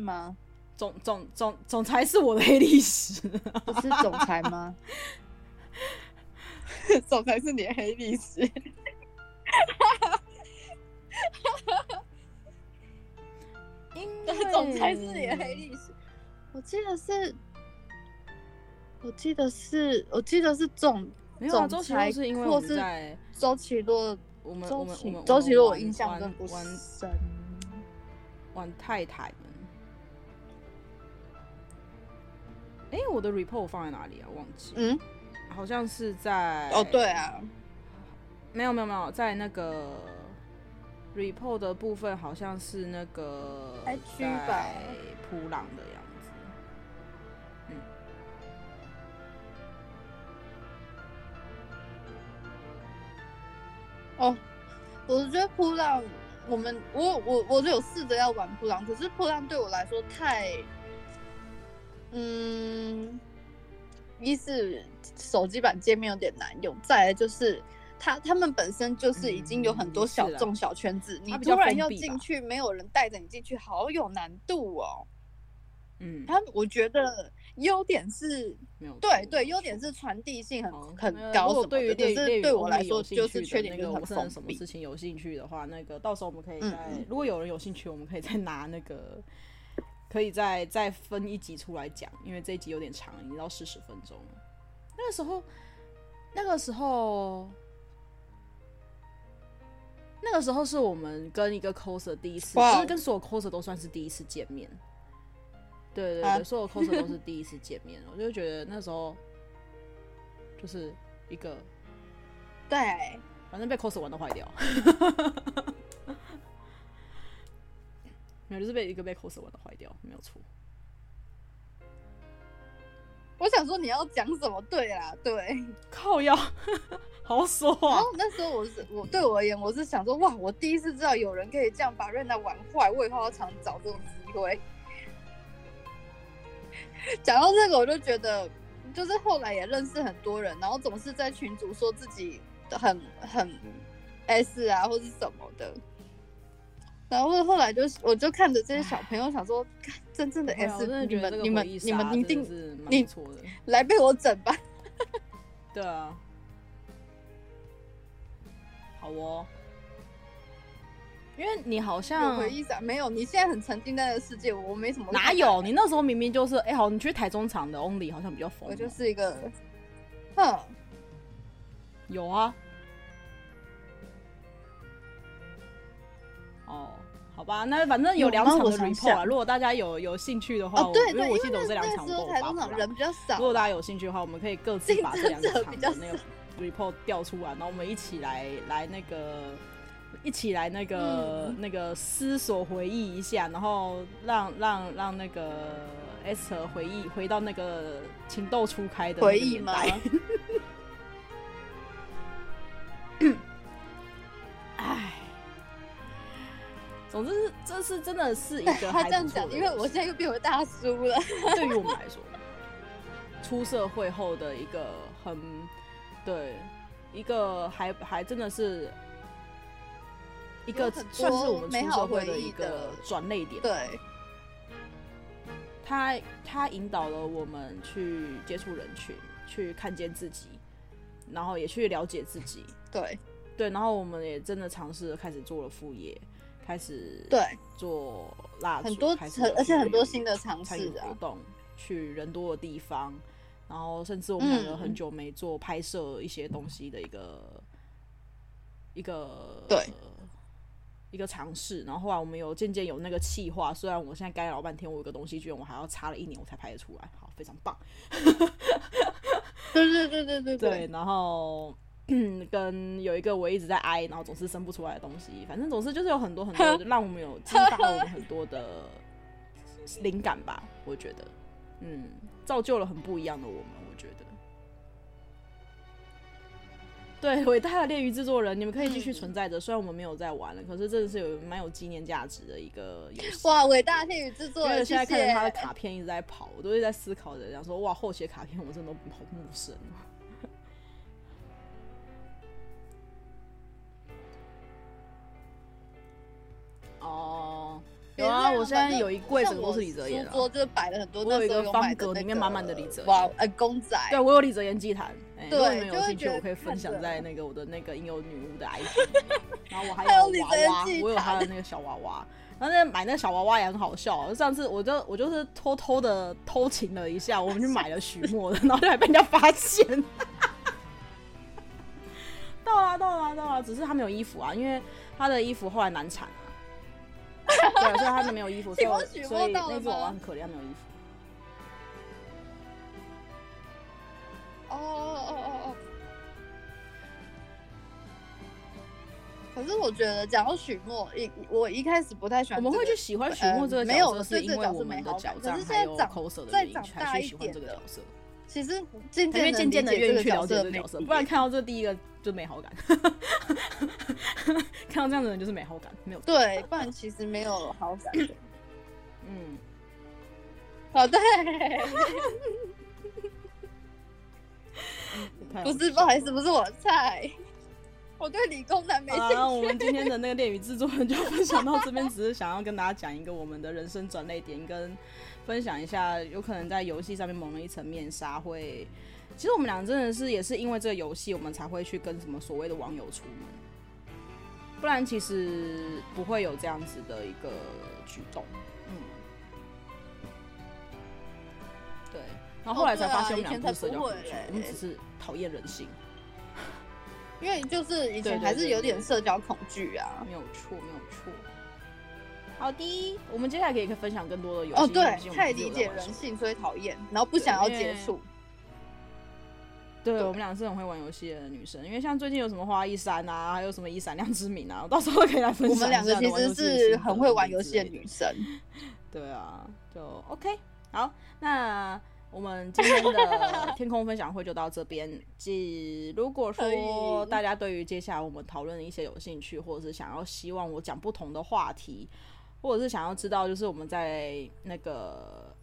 Speaker 2: 吗？
Speaker 1: 总总总总裁是我的黑历 史，
Speaker 2: 不是总裁吗？ 总裁是你的黑历史。
Speaker 1: 因
Speaker 2: 对，总裁是你的黑历史。我记得是，我记得是，我记得是总
Speaker 1: 没有啊，周
Speaker 2: 总
Speaker 1: 奇若
Speaker 2: 裁
Speaker 1: 是因为我
Speaker 2: 或
Speaker 1: 们
Speaker 2: 是
Speaker 1: 在
Speaker 2: 周奇洛，
Speaker 1: 我们我
Speaker 2: 周
Speaker 1: 们我
Speaker 2: 奇
Speaker 1: 们
Speaker 2: 周奇洛，我
Speaker 1: 玩
Speaker 2: 印象
Speaker 1: 玩
Speaker 2: 更不
Speaker 1: 玩
Speaker 2: 深。
Speaker 1: 玩太太们。哎、我的 report 放在哪里啊？忘记了，
Speaker 2: 嗯，
Speaker 1: 好像是在
Speaker 2: 哦，对啊，
Speaker 1: 没有没有没有，在那个 report 的部分好像是那个
Speaker 2: IG 吧
Speaker 1: 在普朗的样子。嗯，
Speaker 2: 哦，我觉得扑浪，我们我我我有试着要玩扑浪，可是扑浪对我来说太，嗯，一是手机版界面有点难用，再来就是。他他们本身就是已经有很多
Speaker 1: 嗯
Speaker 2: 小
Speaker 1: 是啦
Speaker 2: 众小圈子，你
Speaker 1: 它比较
Speaker 2: 突然
Speaker 1: 封
Speaker 2: 要
Speaker 1: 闭吧
Speaker 2: 进去，没有人带着你进去，好有难度哦。
Speaker 1: 嗯，
Speaker 2: 他我觉得优点是
Speaker 1: 没有错
Speaker 2: 对对，优点是传递性很、
Speaker 1: 好
Speaker 2: 很
Speaker 1: 哦没有
Speaker 2: 高
Speaker 1: 如
Speaker 2: 什
Speaker 1: 果
Speaker 2: 么
Speaker 1: 对于
Speaker 2: 的，
Speaker 1: 对
Speaker 2: 可
Speaker 1: 于
Speaker 2: 是
Speaker 1: 对
Speaker 2: 对
Speaker 1: 于
Speaker 2: 我来
Speaker 1: Only 有
Speaker 2: 说
Speaker 1: 兴
Speaker 2: 就是
Speaker 1: 趣
Speaker 2: 缺
Speaker 1: 的
Speaker 2: 点
Speaker 1: 那个
Speaker 2: 就是
Speaker 1: 我
Speaker 2: 很
Speaker 1: 真的
Speaker 2: 封
Speaker 1: 什么
Speaker 2: 闭
Speaker 1: 事。情有兴趣的话，那个到时候我们可以
Speaker 2: 嗯
Speaker 1: 再，如果有人有兴趣，我们可以再拿那个，可以再再分一集出来讲，因为这一集有点长，已经到四十分钟了。那个时候，那个时候，那个时候是我们跟一个 coser 第一次，
Speaker 2: 哇哦
Speaker 1: 就是跟所有 coser 都算是第一次见面。对对对，
Speaker 2: 啊
Speaker 1: 所有 coser 都是第一次见面，我就觉得那时候就是一个
Speaker 2: 对，
Speaker 1: 反正被 cos 玩到坏掉， 没有，就是被一个被 cos 玩到坏掉，没有错。
Speaker 2: 我想说你要讲什么？对啦，对。
Speaker 1: 靠腰，好爽
Speaker 2: 然
Speaker 1: 啊
Speaker 2: 后！那时候我是我对我而言，我是想说，哇，我第一次知道有人可以这样把瑞娜玩坏，我以后要常找这种机会。 讲到这个，我就觉得，就是后来也认识很多人，然后总是在群组说自己很很 S 啊，或是什么的。然后后来就我就看着这些小朋友，想说，干真正的
Speaker 1: 对啊我
Speaker 2: S，
Speaker 1: 真的
Speaker 2: 你
Speaker 1: 觉得这个
Speaker 2: 们哎
Speaker 1: 回
Speaker 2: 你
Speaker 1: 忆
Speaker 2: 们你
Speaker 1: 杀
Speaker 2: 们一定
Speaker 1: 真的是蛮
Speaker 2: 你
Speaker 1: 不错的。
Speaker 2: 来被我整吧。
Speaker 1: 对啊，好哦。因为你好
Speaker 2: 有
Speaker 1: 像
Speaker 2: 回忆啥？没有，你现在很沉浸在那个世界，我没什么。
Speaker 1: 嗯哪有？你那时候明明就是，哎、好，你去台中场的 Only 好像比较疯哦。
Speaker 2: 我就是一个，哼，
Speaker 1: 哦有啊。哦，好吧，那反正有
Speaker 2: 有
Speaker 1: 两
Speaker 2: 吗
Speaker 1: 场
Speaker 2: 我
Speaker 1: 的
Speaker 2: 想
Speaker 1: report 啊。
Speaker 2: 想
Speaker 1: 如果大家有有兴趣的话，
Speaker 2: 哦
Speaker 1: 我
Speaker 2: 对
Speaker 1: 因
Speaker 2: 对，
Speaker 1: 为
Speaker 2: 因
Speaker 1: 我
Speaker 2: 为
Speaker 1: 记得我这两
Speaker 2: 那
Speaker 1: 场
Speaker 2: 时
Speaker 1: 都有
Speaker 2: 候台
Speaker 1: 发
Speaker 2: 中
Speaker 1: 布
Speaker 2: 场
Speaker 1: 啦
Speaker 2: 人比较少，
Speaker 1: 如果大家有兴趣的话，我们可以各自把这两场的那个 report 调出来，然后我们一起来来那个。一起来那个、
Speaker 2: 嗯
Speaker 1: 那个思索回忆一下，然后让让让那个 S 回忆回到那个情窦初开的那个
Speaker 2: 回忆
Speaker 1: 年
Speaker 2: 吗
Speaker 1: 代？总之是，这是真的是一个
Speaker 2: 哎他
Speaker 1: 还
Speaker 2: 这样
Speaker 1: 不错
Speaker 2: 讲，
Speaker 1: 的
Speaker 2: 因为我现在又变回大叔了。
Speaker 1: 对于我们来说，出社会后的一个很对一个还还真的是一个
Speaker 2: 有很多
Speaker 1: 算是我们
Speaker 2: 美
Speaker 1: 出社
Speaker 2: 好
Speaker 1: 会
Speaker 2: 回忆
Speaker 1: 一个
Speaker 2: 的
Speaker 1: 转类点。
Speaker 2: 对，
Speaker 1: 他他引导了我们去接触人群，去看见自己，然后也去了解自己。
Speaker 2: 对，
Speaker 1: 对，然后我们也真的尝试了开始做了副业，开始
Speaker 2: 对，
Speaker 1: 做蜡烛，
Speaker 2: 很多
Speaker 1: 开始
Speaker 2: 很，而且很多
Speaker 1: 去
Speaker 2: 新的尝
Speaker 1: 参与
Speaker 2: 试
Speaker 1: 活
Speaker 2: 啊。
Speaker 1: 动，去人多的地方，然后甚至我们两个
Speaker 2: 嗯
Speaker 1: 很久没做拍摄一些东西的一个、一个
Speaker 2: 对
Speaker 1: 一个尝试。然后后来我们有渐渐有那个气化，虽然我现在干老半天，我有个东西居然我还要插了一年我才拍得出来，好，非常棒。
Speaker 2: 对对对对对
Speaker 1: 对，，然后。嗯跟有一个我一直在挨，然后总是生不出来的东西，反正总是就是有很多很多，让我们有激发了我们很多 的灵感吧。我觉得，嗯，造就了很不一样的我们。我觉得，对伟大的恋鱼制作人，你们可以继续
Speaker 2: 嗯
Speaker 1: 存在着。虽然我们没有在玩了，可是真的是有蛮有纪念价值的一个游戏。
Speaker 2: 哇，伟大天宇制作
Speaker 1: 因为
Speaker 2: 人，谢
Speaker 1: 现在看着他的
Speaker 2: 谢。
Speaker 1: 卡片一直在跑，我都是在思考着，想说哇，后期的卡片我真的都好陌生哦。哦，有啊，
Speaker 2: 也是
Speaker 1: 我现在
Speaker 2: 反正
Speaker 1: 有一柜
Speaker 2: 像
Speaker 1: 整个都
Speaker 2: 我
Speaker 1: 是李泽言
Speaker 2: 书
Speaker 1: 啊。
Speaker 2: 桌就摆了很多
Speaker 1: 我有
Speaker 2: 那
Speaker 1: 一
Speaker 2: 时候
Speaker 1: 个
Speaker 2: 买
Speaker 1: 方格
Speaker 2: 的
Speaker 1: 里
Speaker 2: 那
Speaker 1: 面
Speaker 2: 个
Speaker 1: 满满的李泽言
Speaker 2: 哇，呃，公仔。
Speaker 1: 对，我有李泽言祭坛，哎、如
Speaker 2: 对
Speaker 1: 果你们有
Speaker 2: 就会
Speaker 1: 兴趣，
Speaker 2: 觉得
Speaker 1: 我可以分享
Speaker 2: 看着
Speaker 1: 在那个我的那个应有女 巫的 IG，然后我还
Speaker 2: 还有
Speaker 1: 有
Speaker 2: 李
Speaker 1: 娃
Speaker 2: 泽言
Speaker 1: 娃，
Speaker 2: 祭
Speaker 1: 我有他的那个小娃娃，然后那买那小娃娃也很好笑。上次我就我就是偷偷的偷情了一下，我们去买了 许墨的，然后就还被人家发现。到啦到啦到啦，只是他没有衣服啊，因为他的衣服后来难产啊，对，啊所以他就没有衣服，所以
Speaker 2: 请问
Speaker 1: 我
Speaker 2: 许墨
Speaker 1: 所以
Speaker 2: 到了
Speaker 1: 那只娃娃
Speaker 2: 吗
Speaker 1: 很可怜，他没有衣服。
Speaker 2: 哦哦哦哦哦。可是我觉得讲到许墨，一我一开始不太喜
Speaker 1: 我
Speaker 2: 欢、这
Speaker 1: 们
Speaker 2: 个
Speaker 1: 会去喜欢许墨这个
Speaker 2: 呃没有
Speaker 1: 角色，是
Speaker 2: 对
Speaker 1: 因
Speaker 2: 这
Speaker 1: 为
Speaker 2: 个
Speaker 1: 我们的
Speaker 2: 角
Speaker 1: 脚
Speaker 2: 色没好感
Speaker 1: 障
Speaker 2: 可是
Speaker 1: 还
Speaker 2: 现
Speaker 1: 有
Speaker 2: 在长
Speaker 1: coser 的
Speaker 2: 再
Speaker 1: 原因，
Speaker 2: 长大
Speaker 1: 才去
Speaker 2: 一
Speaker 1: 喜欢
Speaker 2: 点
Speaker 1: 这个
Speaker 2: 的
Speaker 1: 角色，
Speaker 2: 其实渐
Speaker 1: 因为
Speaker 2: 渐
Speaker 1: 渐渐的
Speaker 2: 的
Speaker 1: 愿意去了
Speaker 2: 角
Speaker 1: 解这
Speaker 2: 色
Speaker 1: 个角
Speaker 2: 魅
Speaker 1: 色，
Speaker 2: 力
Speaker 1: 不然看到这第一个就没好感， 看到这样的人就是没好感，没有
Speaker 2: 对，不然其实没有好感的。
Speaker 1: 嗯，
Speaker 2: 哦，对，
Speaker 1: 太
Speaker 2: 不
Speaker 1: 好
Speaker 2: 是，不好意思，不是我的菜，我对理工男没兴
Speaker 1: 好啦，我
Speaker 2: 趣。
Speaker 1: 们今天的那个恋与制作人就分享到这边，只是想要跟大家讲一个我们的人生转捩点，跟分享一下有可能在游戏上面蒙了一层面纱会。其实我们俩真的是也是因为这个游戏，我们才会去跟什么所谓的网友出门，不然其实不会有这样子的一个举动。嗯，对。然后后来才发现我们俩不是社交恐惧，我们只是讨厌人性。
Speaker 2: 因为就是以
Speaker 1: 对对
Speaker 2: 前还
Speaker 1: 对
Speaker 2: 是有
Speaker 1: 对
Speaker 2: 点社交恐惧啊。
Speaker 1: 没有错，没有错。好的，我们接下来可以分享更多的游戏。
Speaker 2: 哦，
Speaker 1: 因为
Speaker 2: 对
Speaker 1: 毕竟，我们
Speaker 2: 太
Speaker 1: 自己
Speaker 2: 理
Speaker 1: 有在
Speaker 2: 解
Speaker 1: 玩手
Speaker 2: 人
Speaker 1: 机。
Speaker 2: 性，所以讨厌，然后不想要
Speaker 1: 对因为
Speaker 2: 接触。
Speaker 1: 对
Speaker 2: 对
Speaker 1: 我们俩是很会玩游戏的女生，因为像最近有什么花一山啊，还有什么以闪亮之名啊，我到时候可以来分享
Speaker 2: 我
Speaker 1: 一下
Speaker 2: 们两个其
Speaker 1: 玩游
Speaker 2: 实
Speaker 1: 戏的心
Speaker 2: 是
Speaker 1: 得
Speaker 2: 很会玩游戏的
Speaker 1: 之类
Speaker 2: 女生。
Speaker 1: 对啊，就 OK。好，那我们今天的天空分享会就到这边。即如果
Speaker 2: 可
Speaker 1: 说
Speaker 2: 以
Speaker 1: 大家对于接下来我们讨论的一些有兴趣，或者是想要希望我讲不同的话题，或者是想要知道就是我们在那个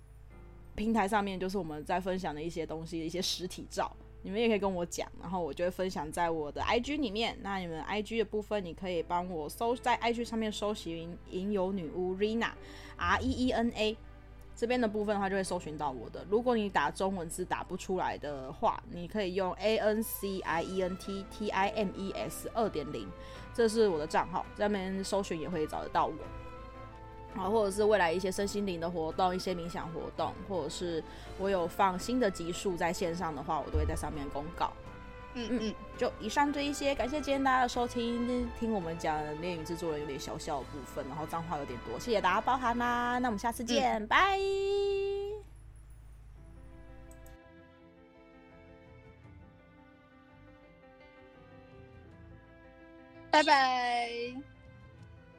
Speaker 1: 平台上面，就是我们在分享的一些东西，一些实体照。你们也可以跟我讲，然后我就会分享在我的 IG 里面。那你们 IG 的部分，你可以帮我搜在 IG 上面搜寻“吟游女巫 Rina”。R E E N A 这边的部分的话，就会搜寻到我的。如果你打中文字打不出来的话，你可以用 A N C I E N T T I M E S 二点零，这是我的账号，在那边搜寻也会找得到我。啊，或者是未来一些身心灵的活动，一些冥想活动，或者是我有放新的集数在线上的话，我都会在上面公告。
Speaker 2: 嗯嗯，
Speaker 1: 就以上这一些，感谢今天大家的收听，听我们讲恋与制作人有点小小的部分，然后脏话有点多，谢谢大家包涵啦。那我们下次见，拜。
Speaker 2: 拜拜。